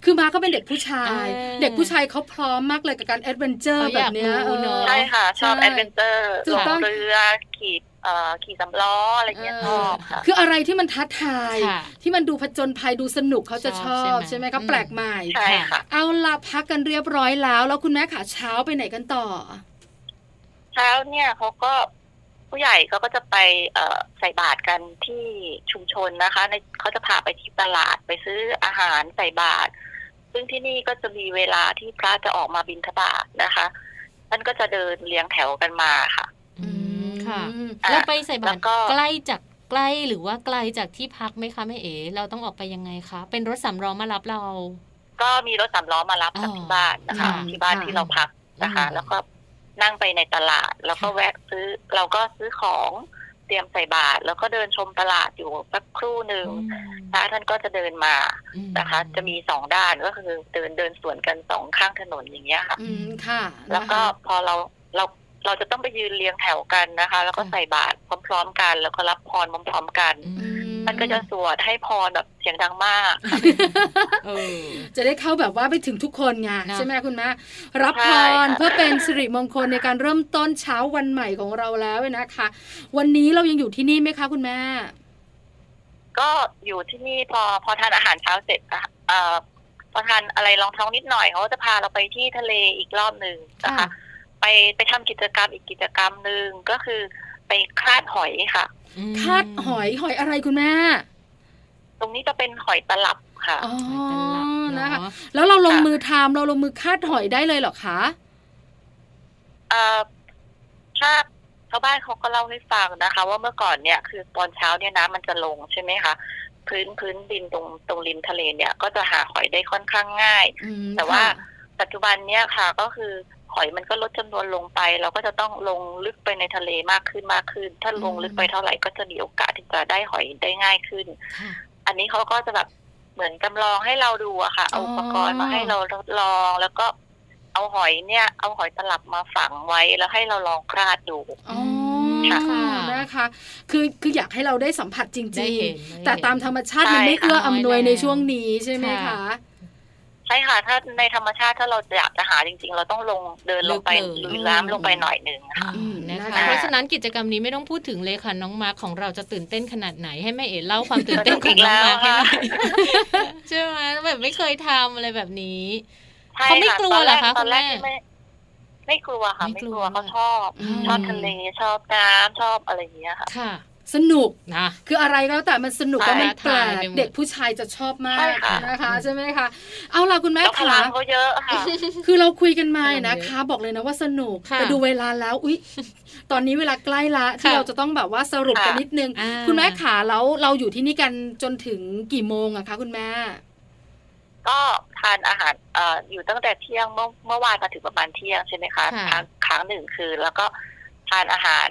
คือมาก็เป็นเด็กผู้ชาย เออ เด็กผู้ชายเขาพร้อมมากเลยกับการแอดเวนเจอร์ เขา แบ อยา บ ก เนี้ย รู้เนอะ เออ ใช่ค่ะ ชอบ ใช่ แอดเวนเจอร์ ถู ล ก ง ต้อง เรือขี่เอ่อขี่สำล้ออะไรเงี้ย เออ ชอบค่ะ คืออะไรที่มันท้าทาย ค่ะ ที่มันดูผจญภัยดูสนุกเขาจะชอ ชอ บบ ใช่ไหม ใช่ไหมคะ อืม แปลกใหม่ ใช่ค่ะ เอาละพักกันเรียบร้อยแล้ว แล้วคุณแม่ขาเช้าไปไหนกันต่อ เช้าเนี่ยเขาก็ผู้ใหญ่เขาก็จะไปเอ่อใส่บาตรกันที่ชุมชนนะคะในเขาจะพาไปที่ตลาดไปซื้ออาหารใส่บาตรซึ่งที่นี่ก็จะมีเวลาที่พระจะออกมาบิณฑบาตนะคะท่านก็จะเดินเรียงแถวกันมาค่ะ อืมค่ะ อืม แล้วไปใส่บา แล้ ตร วก็ ใกล้จากใกล้หรือว่าไกลจากที่พักไหมคะแม่เอ๋เราต้องออกไปยังไงคะ เป็นรถสำรองมารับเรา ก็มีรถสามล้อมารับ อ๋อ จากที่บ้านนะคะ ค่ะ ที่บ้าน ค่ะ ที่เราพักนะคะ อืม แล้วก็นั่งไปในตลาด แล้วก็ ค่ะ แวะซื้อ เราก็ซื้อของเตรียมใส่บาตรแล้วก็เดินชมตลาดอยู่สักครู่หนึ่งพระท่านก็จะเดินมา อืม นะคะจะมีสองด้านก็คือเดินเดินสวนกันสองข้างถนนอย่างเงี้ยค่ะ อืมค่ะ แล้วก็ นะคะ พอเราเราเราจะต้องไปยืนเรียงแถวกันนะคะ แล้วก็ ค่ะ ใส่บาตรพร้อม ๆ กัน แล้วก็รับพรพร้อมๆกัน อืม มันก็จะสวดให้พรแบบเสียงดังมาก เออ จะได้เข้าแบบว่าไปถึงทุกคนไง นะ ใช่ไหมคุณแม่รับพรใช่ค่ะ เพื่อเป็นสิริมงคลในการเริ่มต้นเช้าวันใหม่ของเราแล้วนะคะ วันนี้เรายังอยู่ที่นี่ไหมคะคุณแม่ ก็อยู่ที่นี่พอพอทานอาหารเช้าเสร็จอะเอ่อพอทานอะไรรองท้องนิดหน่อยเขาก็จะพาเราไปที่ทะเลอีกรอบหนึ่งนะ ค่ะ คะ ไปไปทำกิจกรรมอีกกิจกรรมหนึ่งก็คือไปคลาดหอยค่ะ อืม คาดหอยหอยอะไรคุณแม่ ตรงนี้จะเป็นหอยตลับค่ะ อ๋อ หอยตลับเ นะคะ อ แล้วเราลง ค่ะ มือทำเราลงมือคาดหอยได้เลยเหรอคะ เอ่อถ้าชาวบ้านเขาก็เล่าให้ฟังนะคะ ว่าเมื่อก่อนเนี่ยคือตอนเช้าเนี่ยน้ำมันจะลงใช่ไหมคะพื้นพื้นดินตรงตรงริมทะเลเนี่ย ก็จะหาหอยได้ค่อนข้างง่าย อืม แต่ว่า ค่ะ ปัจจุบันเนี่ยค่ะ ก็คือหอยมันก็ลดจำนวนลงไป เราก็จะต้องลงลึกไปในทะเลมากขึ้นมากขึ้น ถ้าลงลึกไปเท่าไหร่ก็จะมีโอกาสที่จะได้หอยได้ง่ายขึ้น ค่ะ อันนี้เขาก็จะแบบเหมือนจำลองให้เราดูอะค่ะ เอาอุปกรณ์มาให้เราทดลอง แล้วก็เอาหอยเนี่ย เอาหอยตลับมาฝังไว้แล้วให้เราลองคลาดดู อ๋อ ค่ะ นะคะ คือคืออยากให้เราได้สัมผัสจ ได้ ริง เห็น ๆ แต่ตามธรรมชาติ ใช่ มันไม่เอื้ออำนวน้อยยแล้ว ในช่วงนี้ใช่ไหม ค่ะ คะ ใช่ค่ะ ถ้าในธรรมชาติถ้าเราอยากจะหาจริง ๆ เราต้องลงเดินลงไป ลึกเลย ลุยน้ำลงไปหน่อยหนึ่งค่ะ อืมนะคะ นะคะ เพราะฉะนั้นกิจกรรมนี้ไม่ต้องพูดถึงเลยค่ะน้องมาร์คของเราจะตื่นเต้นขนาดไหนให้แม่เอ๋เล่าความตื่นเต้นของน้องมาร์คให้หน่อยใช่ไหมแบบไม่เคยทำอะไรแบบนี้ ใช่ เขาไม่กลัวเหรอคะ ตอนแรก คุณแม่ ตอนแรกไม่ไม่กลัวค่ะ ไม่กไม่ก ลั ลั ว วเขาชอบ อืม ชอบทะเลชอบน้ำชอบอะไรอย่างเงี้ยค่ะ ค่ะ สนุก นะ คืออะไรก็แล้วแต่มันสนุก ใช่ และมันแปลก ท้าทายไปหมด เด็กผู้ชายจะชอบมา ใช่ ก ค่ะ นะคะ ใช่ไหมคะเอาล่ะคุณแม่ แล้วพ ขา ลังเขาเยอะค่ะ คือเราคุยกันมาเนี่ยนะคะ บอกเลยนะว่าสนุก ค่ะ แต่ดูเวลาแล้วอุ๊ย ตอนนี้เวลาใกล้ละที่ ค่ะ เราจะต้องแบบว่าสรุปกัน ค่ะ นิดนึง อ่า คุณแม่ขาแล้วเราอยู่ที่นี่กันจนถึงกี่โมงอะคะคุณแม่ ก็ทานอาหารเอ่ออยู่ตั้งแต่เที่ยงเมื่อเมื่อวานมาถึงประมาณเที่ยงใช่ไหมคะ ค่ะ ครั้งครั้งหนึ่งคือ แล้วก็ทานอาหาร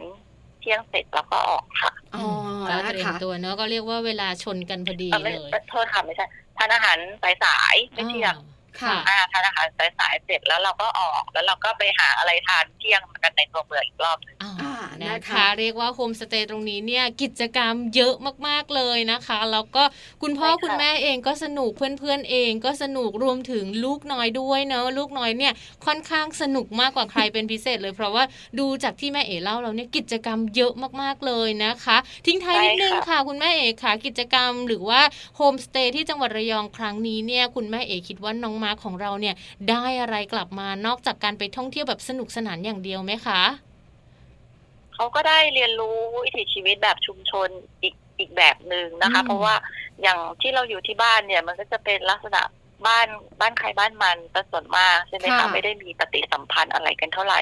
เที่ยงเสร็จแล้วก็ออกค่ะ อ๋อ ก็ นะ เตรียม คะ ตัวเนอะก็เรียกว่าเวลาชนกันพอดี เอ่อ เล ไม่ ย โทษค่ะไม่ใช่ทานอาหารสายสายๆไม่เที่ยง ค่ะ อ่าทานอาหารสายสายๆเสร็จแล้วเราก็ออกแล้วเราก็ไปหาอะไรทานเที่ยงกันในตัวเมืองอีกรอบหนึ่ง อ้าว อ่า นะ นะคะ คะ เรียกว่าโฮมสเตย์ตรงนี้เนี่ยกิจกรรมเยอะมากๆเลยนะคะ แล้วก็คุณพ่อคุณแม่เองก็สนุกเพื่อนๆเองก็สนุกรวมถึงลูกน้อยด้วยเนอะลูกน้อยเนี่ยค่อนข้างสนุกมากกว่าใครเป็นพิเศษเลยเพราะว่าดูจากที่แม่เอ๋เล่าเราเนี่ยกิจกรรมเยอะมากๆเลยนะคะ ทิ้งท้ายนิดนึงค่ะ คุณแม่เอ๋ค่ะกิจกรรมหรือว่าโฮมสเตย์ที่จังหวัดระยองครั้งนี้เนี่ยคุณแม่เอ๋คิดว่าน้องมาร์คของเราเนี่ยได้อะไรกลับมานอกจากการไปท่องเที่ยวแบบสนุกสนานอย่างเดียวไหมคะ เขาก็ได้เรียนรู้วิถีชีวิตแบบชุมชนอีกอีกแบบหนึ่งนะคะ อืม เพราะว่าอย่างที่เราอยู่ที่บ้านเนี่ย มันก็จะเป็นลักษณะบ้านบ้านใครบ้านมันซะส่วนมากใช่ไหม ค่ะ คะไม่ได้มีปฏิสัมพันธ์อะไรกันเท่าไหร่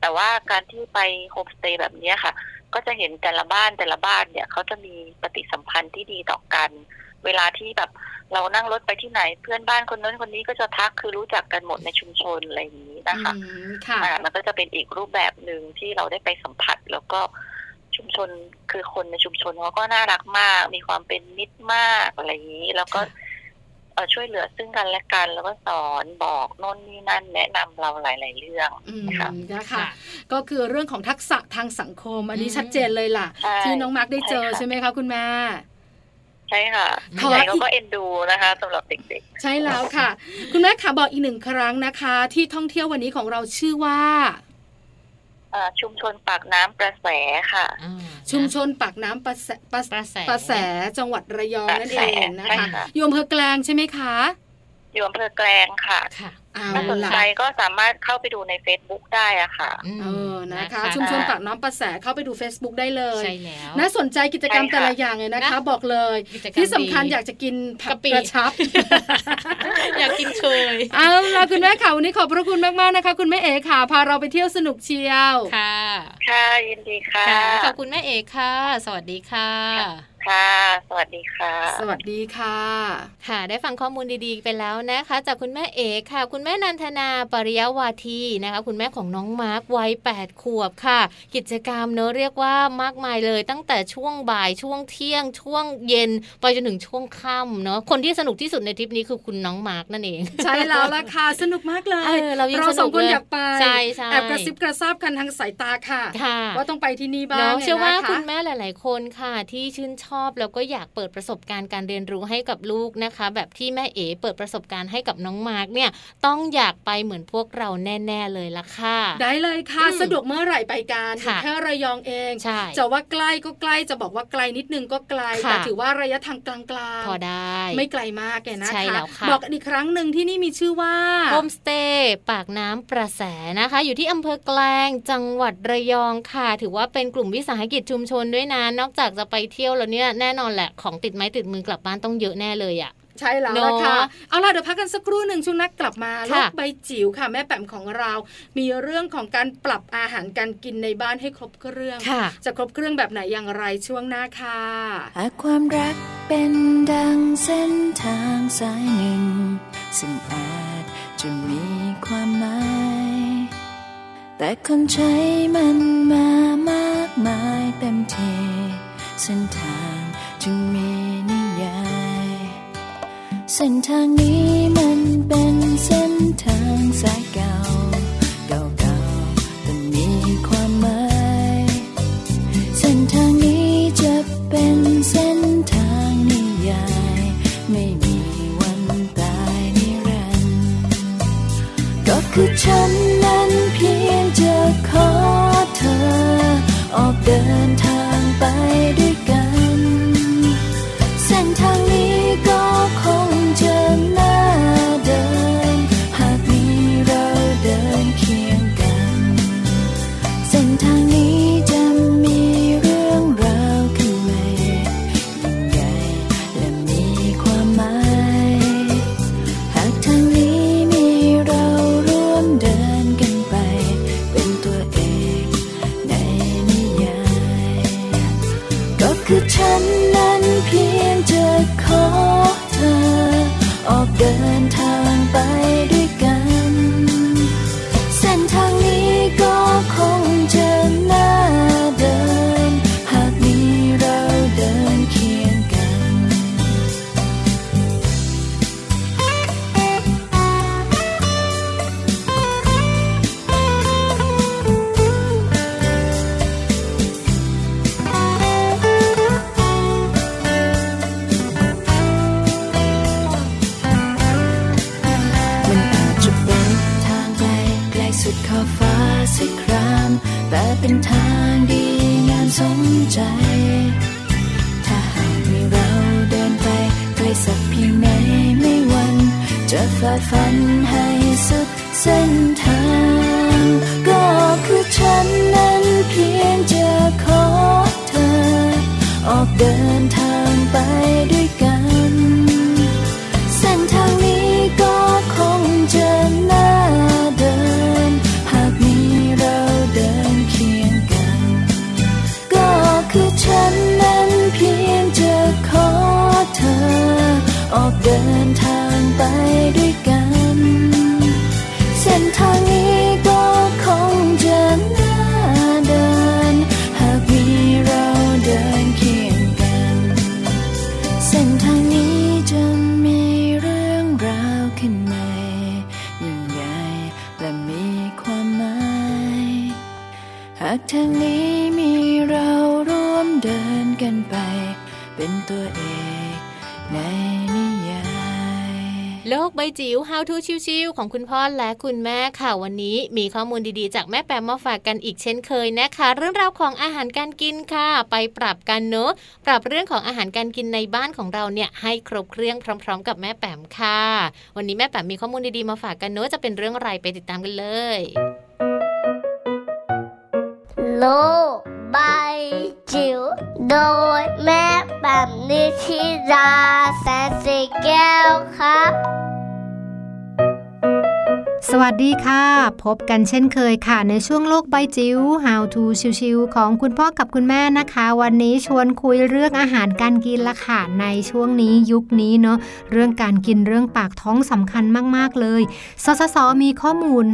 แต่ว่าการที่ไปโฮมสเตย์แบบเนี้ยค่ะ ก็จะเห็นแต่ละบ้านแต่ละบ้านเนี่ยเขาจะมีปฏิสัมพันธ์ที่ดีต่อกัน เวลาที่แบบเรานั่งรถไปที่ไหน เพื่อนบ้านคนนั้นคนนี้ก็จะทักคือรู้จักกันหมดในชุมชนอะไรอย่างนี้นะคะ อืมค่ะ อ่ามันก็จะเป็นอีกรูปแบบหนึ่งที่เราได้ไปสัมผัส แล้วก็ชุมชนคือคนในชุมชนเขาก็น่ารักมาก มีความเป็นมิตรมากอะไรอย่างนี้ แล้วก็เอ่อช่วยเหลือซึ่งกันและกัน แล้วก็สอนบอกโน่นนี่นั่น แนะนำเราหลาย ๆ เรื่อง อืม ค่ะ นะคะ ก็คือเรื่องของทักษะทางสังคม อันนี้ อืม ชัดเจนเลยล่ะ ใช่ ที่น้องมาร์กได้เจอ ใช่ค่ะ ใช่ไหมคะคุณแม่ ใช่ค่ะ ขอ ผู้ใหญ่เขาก็เอ็นดูนะคะสำหรับเด็ก ใช่แล้วค่ะ คุณแม่ขาบอกอีกหนึ่งครั้งนะคะ ที่ท่องเที่ยววันนี้ของเราชื่อว่า ๆเอ่อชุมชนปากน้ำประแสค่ะ อ่านะ ชุมชนปากน้ำประแสประ ประแส ประแสจังหวัดระยองนั่นเองนะ ใช่ คะ ค่ะ อยู่อำเภอแกลงใช่ไหมคะ อยู่อำเภอแกลงค่ะ ค่ะ เอา ถ้าสน ล่ะ ใจก็สามารถเข้าไปดูใน Facebook ได้อะค่ะ เออนะคะ ชุมชนปากน้ำประแสเข้าไปดู Facebook ได้เลย ใช่แล้ว น่าสนใจกิจกรรม ใช่ค่ะ แต่ละอย่างเลยนะคะ นะ บอกเลย กิจกรรม ที่สำคัญ ดี อยากจะกินผัก กะปิ กระชับ อยากกินเคย เอาล่ะคุณแม่ค่ะวันนี้ขอบพระคุณมากๆนะคะ คุณแม่เอ๋ค่ะ พาเราไปเที่ยวสนุกเชียว ค่ะ ค่ะยินดีค่ะ ค่ะ ขอบคุณแม่เอกค่ะ สวัสดีค่ะ ค่ะ สวัสดีค่ะ สวัสดีค่ะ ค่ะได้ฟังข้อมูลดีๆไปแล้วนะคะ จากคุณแม่เอกค่ะ คุณแม่นันทนาปริยวาทีนะคะ คุณแม่ของน้องมาร์ควัย8ขวบค่ะ กิจกรรมเนอะเรียกว่ามากมายเลย ตั้งแต่ช่วงบ่ายช่วงเที่ยง ช่วงเย็นไปจนถึงช่วงค่ำเนอะคนที่สนุกที่สุดในทริปนี้คือคุณน้องมาร์คนั่นเอง ใช่แล้วล่ะค่ะสนุกมากเลย เออเรายัง สองคน สนุกเลย อยากไป ใช่ใช่ แอบกระซิบกระซาบกันทางสายตาค่ะ ค่ะ ว่าต้องไปที่นี่บ้าง เนาะเชื่อว่า นี่ยนะะ คุณแม่หลาย ๆ คนค่ะ ที่ชื่นชอบแล้วก็อยากเปิดประสบการณ์การเรียนรู้ให้กับลูกนะคะ แบบที่แม่เอ๋เปิดประสบการณ์ให้กับน้องมาร์กเนี่ย ต้องอยากไปเหมือนพวกเราแน่ ๆ เลยละค่ะ ได้เลยค่ะ อืม สะดวกเมื่อไหร่ไปกันอยู่ ค่ะ แค่ระยองเอง ใช่ จะว่าใกล้ก็ใกล้จะบอกว่าไกลนิดนึงก็ไกล ค่ะ แต่ถือว่าระยะทางกลาง พอได้ ๆไม่ไกลมากเลยนะ ใช่ คะ แล้วค่ะ บอกกันอีกครั้งหนึ่งที่นี่มีชื่อว่า โฮมสเตย์ปากน้ำประแสนะคะ อยู่ที่อำเภอแกลงจังหวัดระยองค่ะ ถือว่าเป็นกลุ่มวิสาหกิจชุมชนด้วยนะนอกจากจะไปเที่ยวแล้วเนี่ยแน่นอนแหละของติดไม้ติดมือกลับบ้านต้องเยอะแน่เลยอ่ะ ใช่แล้วละค่ะ เนอะ เอาล่ะเดี๋ยวพักกันสักครู่หนึ่งช่วงหนักกลับมา ค่ะ โลกใบจิ๋วค่ะ แม่แปมของเรา มีเรื่องของการปรับอาหารการกินในบ้านให้ครบเครื่อง ค่ะ จะครบเครื่องแบบไหนอย่างไรช่วงหน้าค่ะ หากความรักเป็นดังเส้นทางสายหนึ่ง ซึ่งอาจจะมีความหมาย แต่คนใช้มันมามากมายเต็มทีเส้นทางจึงมีนิยาย เส้นทางนี้มันเป็นเส้นทางสายเก่า เก่าๆแต่มีความหมาย เส้นทางนี้จะเป็นเส้นทางนิยาย ไม่มีวันตายนิรันดร์ก็คือฉันนั้นเพียงจะขอเธอ ออกเดินทางไปด้วยกัน เส้นทางนี้ก็คงจะน่าเดิน หากมีเราเดินเคียงกัน เส้นทางนี้จะมีเรื่องราวขึ้นใหม่ยิ่งใหญ่และมีความหมาย หากทางนี้มีเราร่วมเดินกันไป เป็นตัวเอกในนิยาย ก็คือฉันนั้นเพียงจะขอเธอ ออกเดินทางไปด้วยกัน เส้นทางนี้ก็คงจะน่าเดิน หากมีเราเดินเคียงกัน มันอาจจะเป็นทางไกลไกลสุดขอบฟ้าสักครั้งแต่เป็นทางดีงามสมใจ ถ้าหากมีเราเดินไปไกลสักเพียงไหนไม่หวัน จะฝ่าฟันให้สุดเส้นทาง ก็คือฉันนั้นเพียงจะขอเธอ ออกเดินทางไปด้วยกัน เส้นทางนี้ก็คงจะน่าเดิน หากมีเราเดินเคียงกัน ก็คือฉันนั้นเพียงจะขอเธอ ออกเดินทางไปด้วยกัน เส้นทางนี้ก็คงจะน่าเดิน หากมีเราเดินเคียงกัน เส้นทางนี้จะมีเรื่องราวขึ้นใหม่ยิ่งใหญ่และมีความหมาย หากทางนี้มีเราร่วมเดินกันไป เป็นตัวเอก ในนิยาย โลกใบจิ๋ว How to ชิวๆของคุณพ่อและคุณแม่ค่ะวันนี้ มีข้อมูลดีๆ จากแม่แปมมาฝากกันอีกเช่นเคยนะคะ เรื่องราวของอาหารการกินค่ะ ไปปรับกันเนอะปรับเรื่องของอาหารการกินในบ้านของเราเนี่ยให้ครบเครื่องพร้อม ๆ กับแม่แปมค่ะ วันนี้แม่แปมมีข้อมูลดีๆมาฝากกันเนอะจะเป็นเรื่องอะไรไปติดตามกันเลย โลกใบจิ๋วโดยแม่แบบนิชิราแสนสีแก้วครับ สวัสดีค่ะ พบกันเช่นเคยค่ะ ในช่วงโลกใบจิ๋ว How to ชิวๆของคุณพ่อกับคุณแม่นะคะ วันนี้ชวนคุยเรื่องอาหารการกินละค่ะในช่วงนี้ยุคนี้เนาะเรื่องการกินเรื่องปากท้องสำคัญมากๆเลย สสสมีข้อมูล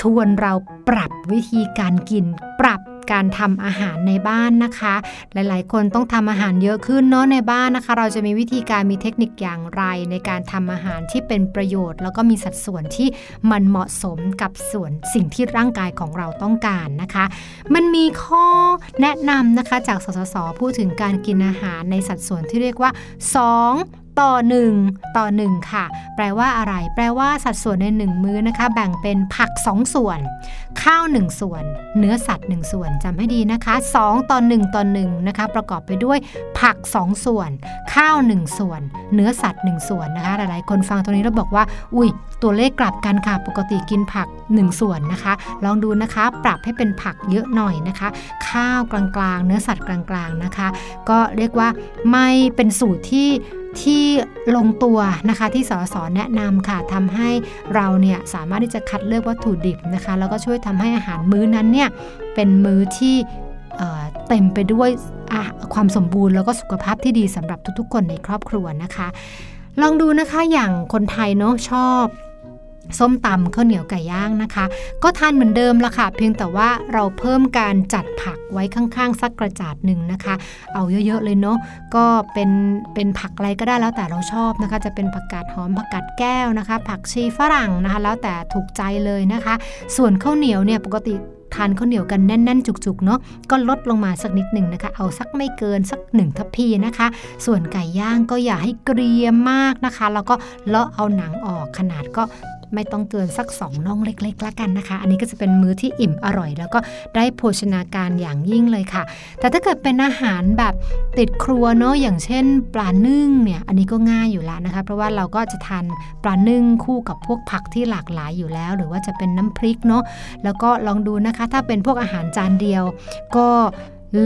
ชวนเราปรับวิธีการกิน ปรับการทำอาหารในบ้านนะคะ หลายๆ คนต้องทำอาหารเยอะขึ้นเนาะในบ้านนะคะ เราจะมีวิธีการมีเทคนิคอย่างไร ในการทำอาหารที่เป็นประโยชน์ แล้วก็มีสัดส่วนที่มันเหมาะสมกับส่วนสิ่งที่ร่างกายของเราต้องการนะคะ มันมีข้อแนะนำนะคะจากสสสพูดถึงการกินอาหารในสัดส่วนที่เรียกว่า 2 ต่อ 1 ต่อ 1 ค่ะ แปลว่าอะไร แปลว่าสัดส่วนใน 1 มื้อนะคะ แบ่งเป็นผัก 2 ส่วน ข้าว 1 ส่วน เนื้อสัตว์ 1 ส่วนจำให้ดีนะคะ 2 ต่อ 1 ต่อ 1 นะคะ ประกอบไปด้วยผัก 2 ส่วน ข้าว 1 ส่วน เนื้อสัตว์ 1 ส่วนนะคะ หลายๆ คนฟังตรงนี้แล้วบอกว่า อุ้ย ตัวเลขกลับกันค่ะ ปกติกินผัก 1 ส่วนนะคะ ลองดูนะคะ ปรับให้เป็นผักเยอะหน่อยนะคะ ข้าวกลางๆ เนื้อสัตว์กลางๆนะคะ ก็เรียกว่าไม่เป็นสูตรที่ที่ลงตัวนะคะที่สสแนะนำค่ะทำให้เราเนี่ยสามารถที่จะคัดเลือกวัตถุดิบนะคะ แล้วก็ช่วยทำให้อาหารมื้อนั้นเนี่ยเป็นมื้อที่เอ่อเต็มไปด้วยอ่ะความสมบูรณ์แล้วก็สุขภาพที่ดีสำหรับทุกๆ คนในครอบครัวนะคะ ลองดูนะคะอย่างคนไทยเนาะชอบส้มตำข้าวเหนียวไก่ย่างนะคะ ก็ทานเหมือนเดิมละค่ะ เพียงแต่ว่าเราเพิ่มการจัดผักไว้ข้างๆสักกระจาดหนึ่งนะคะ เอาเยอะๆเลยเนาะ ก็เป็นเป็นผักอะไรก็ได้แล้วแต่เราชอบนะคะ จะเป็นผักกาดหอมผักกาดแก้วนะคะ ผักชีฝรั่งนะคะ แล้วแต่ถูกใจเลยนะคะ ส่วนข้าวเหนียวเนี่ยปกติทานข้าวเหนียวกันแน่นๆ จุกๆเนาะก็ลดลงมาสักนิดหนึ่งนะคะ เอาสักไม่เกินสักหนึ่งทัพพีนะคะ ส่วนไก่ย่างก็อย่าให้เกรียมมากนะคะ แล้วก็เลาะเอาหนังออกขนาดก็ไม่ต้องเกินสักสองน่องเล็กๆละกันนะคะ อันนี้ก็จะเป็นมื้อที่อิ่มอร่อย แล้วก็ได้โภชนาการอย่างยิ่งเลยค่ะ แต่ถ้าเกิดเป็นอาหารแบบติดครัวเนาะอย่างเช่น ปลานึ่งเนี่ยอันนี้ก็ง่ายอยู่แล้วนะคะ เพราะว่าเราก็จะทานปลานึ่งคู่กับพวกผักที่หลากหลายอยู่แล้ว หรือว่าจะเป็นน้ำพริกเนาะแล้วก็ลองดูนะคะ ถ้าเป็นพวกอาหารจานเดียว ก็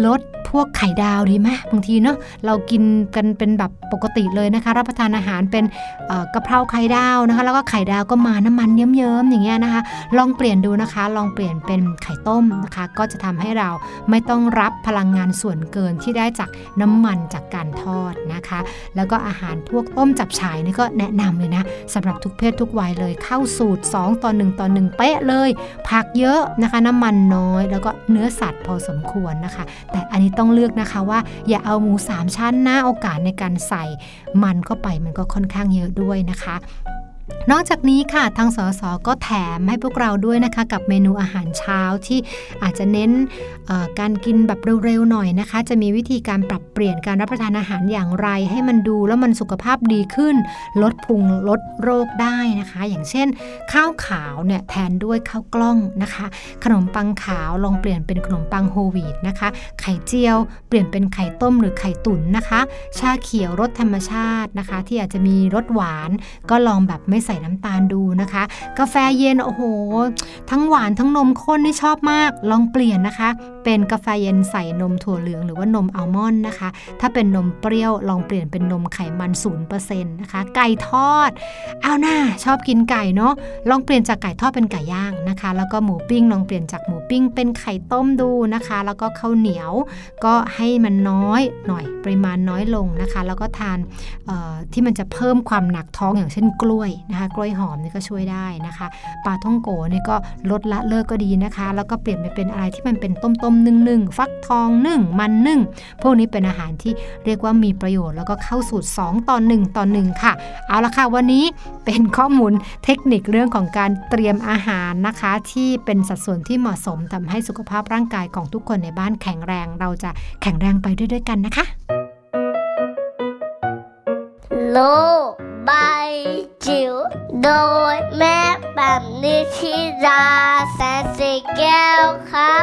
ลดพวกไข่ดาวดีไหมบางทีเนาะเรากินกันเป็นแบบปกติเลยนะคะ รับประทานอาหารเป็นเอ่อกะเพราไข่ดาวนะคะ แล้วก็ไข่ดาวก็มาน้ำมันเยิ้มๆอย่างเงี้ยนะคะ ลองเปลี่ยนดูนะคะ ลองเปลี่ยนเป็นไข่ต้มนะคะ ก็จะทำให้เรา ไม่ต้องรับพลังงานส่วนเกินที่ได้จากน้ำมันจากการทอดนะคะ แล้วก็อาหารพวกต้มจับฉายนี่ก็แนะนำเลยนะสำหรับทุกเพศทุกวัยเลยเข้าสูตร 2 ต่อ 1 ต่อ 1 เป๊ะเลย ผักเยอะนะคะน้ำมันน้อย แล้วก็เนื้อสัตว์พอสมควรนะคะ แต่อันนี้ต้องเลือกนะคะว่าอย่าเอาหมู 3 ชั้นนะโอกาสในการใส่มันเข้าไปมันก็ค่อนข้างเยอะด้วยนะคะ นอกจากนี้ค่ะทางสสก็แถมให้พวกเราด้วยนะคะ กับเมนูอาหารเช้าที่อาจจะเน้น เอ่อการกินแบบเร็วๆหน่อยนะคะ จะมีวิธีการปรับเปลี่ยนการรับประทานอาหารอย่างไร ให้มันดูแล้วมันสุขภาพดีขึ้น ลดพุงลดโรคได้นะคะ อย่างเช่น ข้าวขาวเนี่ยแทนด้วยข้าวกล้องนะคะ ขนมปังขาวลองเปลี่ยนเป็นขนมปังโฮลวีตนะคะ ไข่เจียว เปลี่ยนเป็นไข่ต้มหรือไข่ตุ๋นนะคะ ชาเขียวรสธรรมชาตินะคะ ที่อาจจะมีรสหวาน ก็ลองแบบไม่ใส่น้ำตาลดูนะคะ กาแฟเย็นโอ้โห ทั้งหวานทั้งนมข้นนี่ชอบมาก ลองเปลี่ยนนะคะ เป็นกาแฟเย็นใส่นมถั่วเหลืองหรือว่านมอัลมอนด์นะคะ ถ้าเป็นนมเปรี้ยวลองเปลี่ยนเป็นนมไขมัน0%นะคะ ไก่ทอด เอาหน้าชอบกินไก่เนาะลองเปลี่ยนจากไก่ทอดเป็นไก่ย่างนะคะ แล้วก็หมูปิ้งลองเปลี่ยนจากหมูปิ้งเป็นไข่ต้มดูนะคะ แล้วก็ข้าวเหนียว ก็ให้มันน้อยหน่อยปริมาณน้อยลงนะคะ แล้วก็ทาน เอ่อที่มันจะเพิ่มความหนักท้องอย่างเช่นกล้วยนะคะ กล้วยหอมนี่ก็ช่วยได้นะคะปลาท่องโกนี่ก็ลดละเลิกก็ดีนะคะ แล้วก็เปลี่ยนไปเป็นอะไรที่มันเป็นต้มต้มๆนึ่งนึ่งๆฟักทองนึ่งมันนึ่งพวกนี้เป็นอาหารที่เรียกว่ามีประโยชน์แล้วก็เข้าสูตร 2 ต่อ 1 ต่อ 1 ค่ะ เอาละค่ะวันนี้เป็นข้อมูลเทคนิคเรื่องของการเตรียมอาหารนะคะ ที่เป็นสัดส่วนที่เหมาะสมทำให้สุขภาพร่างกายของทุกคนในบ้านแข็งแรง เราจะแข็งแรงไปด้วยๆกันนะคะ โลใบายจิ๋วโดยแม่แบบนิชิราแสนสีแก้วครับ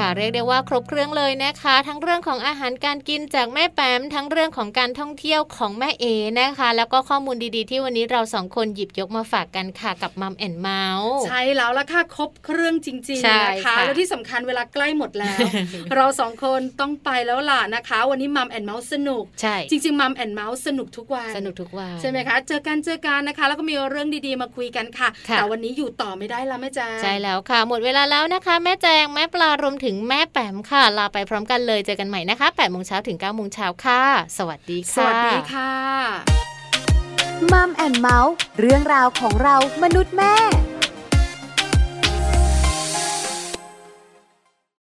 ค่ะเรียกได้ว่าครบเครื่องเลยนะคะ ทั้งเรื่องของอาหารการกินจากแม่แปมทั้งเรื่องของการท่องเที่ยวของแม่เอนะคะ แล้วก็ข้อมูลดีๆ ที่วันนี้เราสองคนหยิบยกมาฝากกันค่ะกับมัมแอนเมาส์ ใช่แล้วละค่ะครบเครื่องจริง ใช่ ๆนะคะ ค่ะ แล้วที่สำคัญเวลาใกล้หมดแล้ว เราสองคนต้องไปแล้วล่ะนะคะ วันนี้มัมแอนเมาส์สนุก ใช่ จริงๆมัมแอนเมาส์สนุกทุกวัน สนุกทุกวัน ใช่ไหมคะ เจอกันเจอกันนะคะ แล้วก็มีเรื่องดีๆมาคุยกันค่ะ ค่ะ แต่วันนี้อยู่ต่อไม่ได้แล้วแม่แจ้ง ใช่แล้วค่ะ หมดเวลาแล้วนะคะ แม่แจงแม่ปลารวมถึงแม่แปมค่ะ ลาไปพร้อมกันเลยเจอกันใหม่นะคะ8โมงเช้าถึง9โมงเช้าค่ะ สวัสดี ส ค่ะ วัสดีค่ะ มัมแอนเมาส์เรื่องราวของเรามนุษย์แม่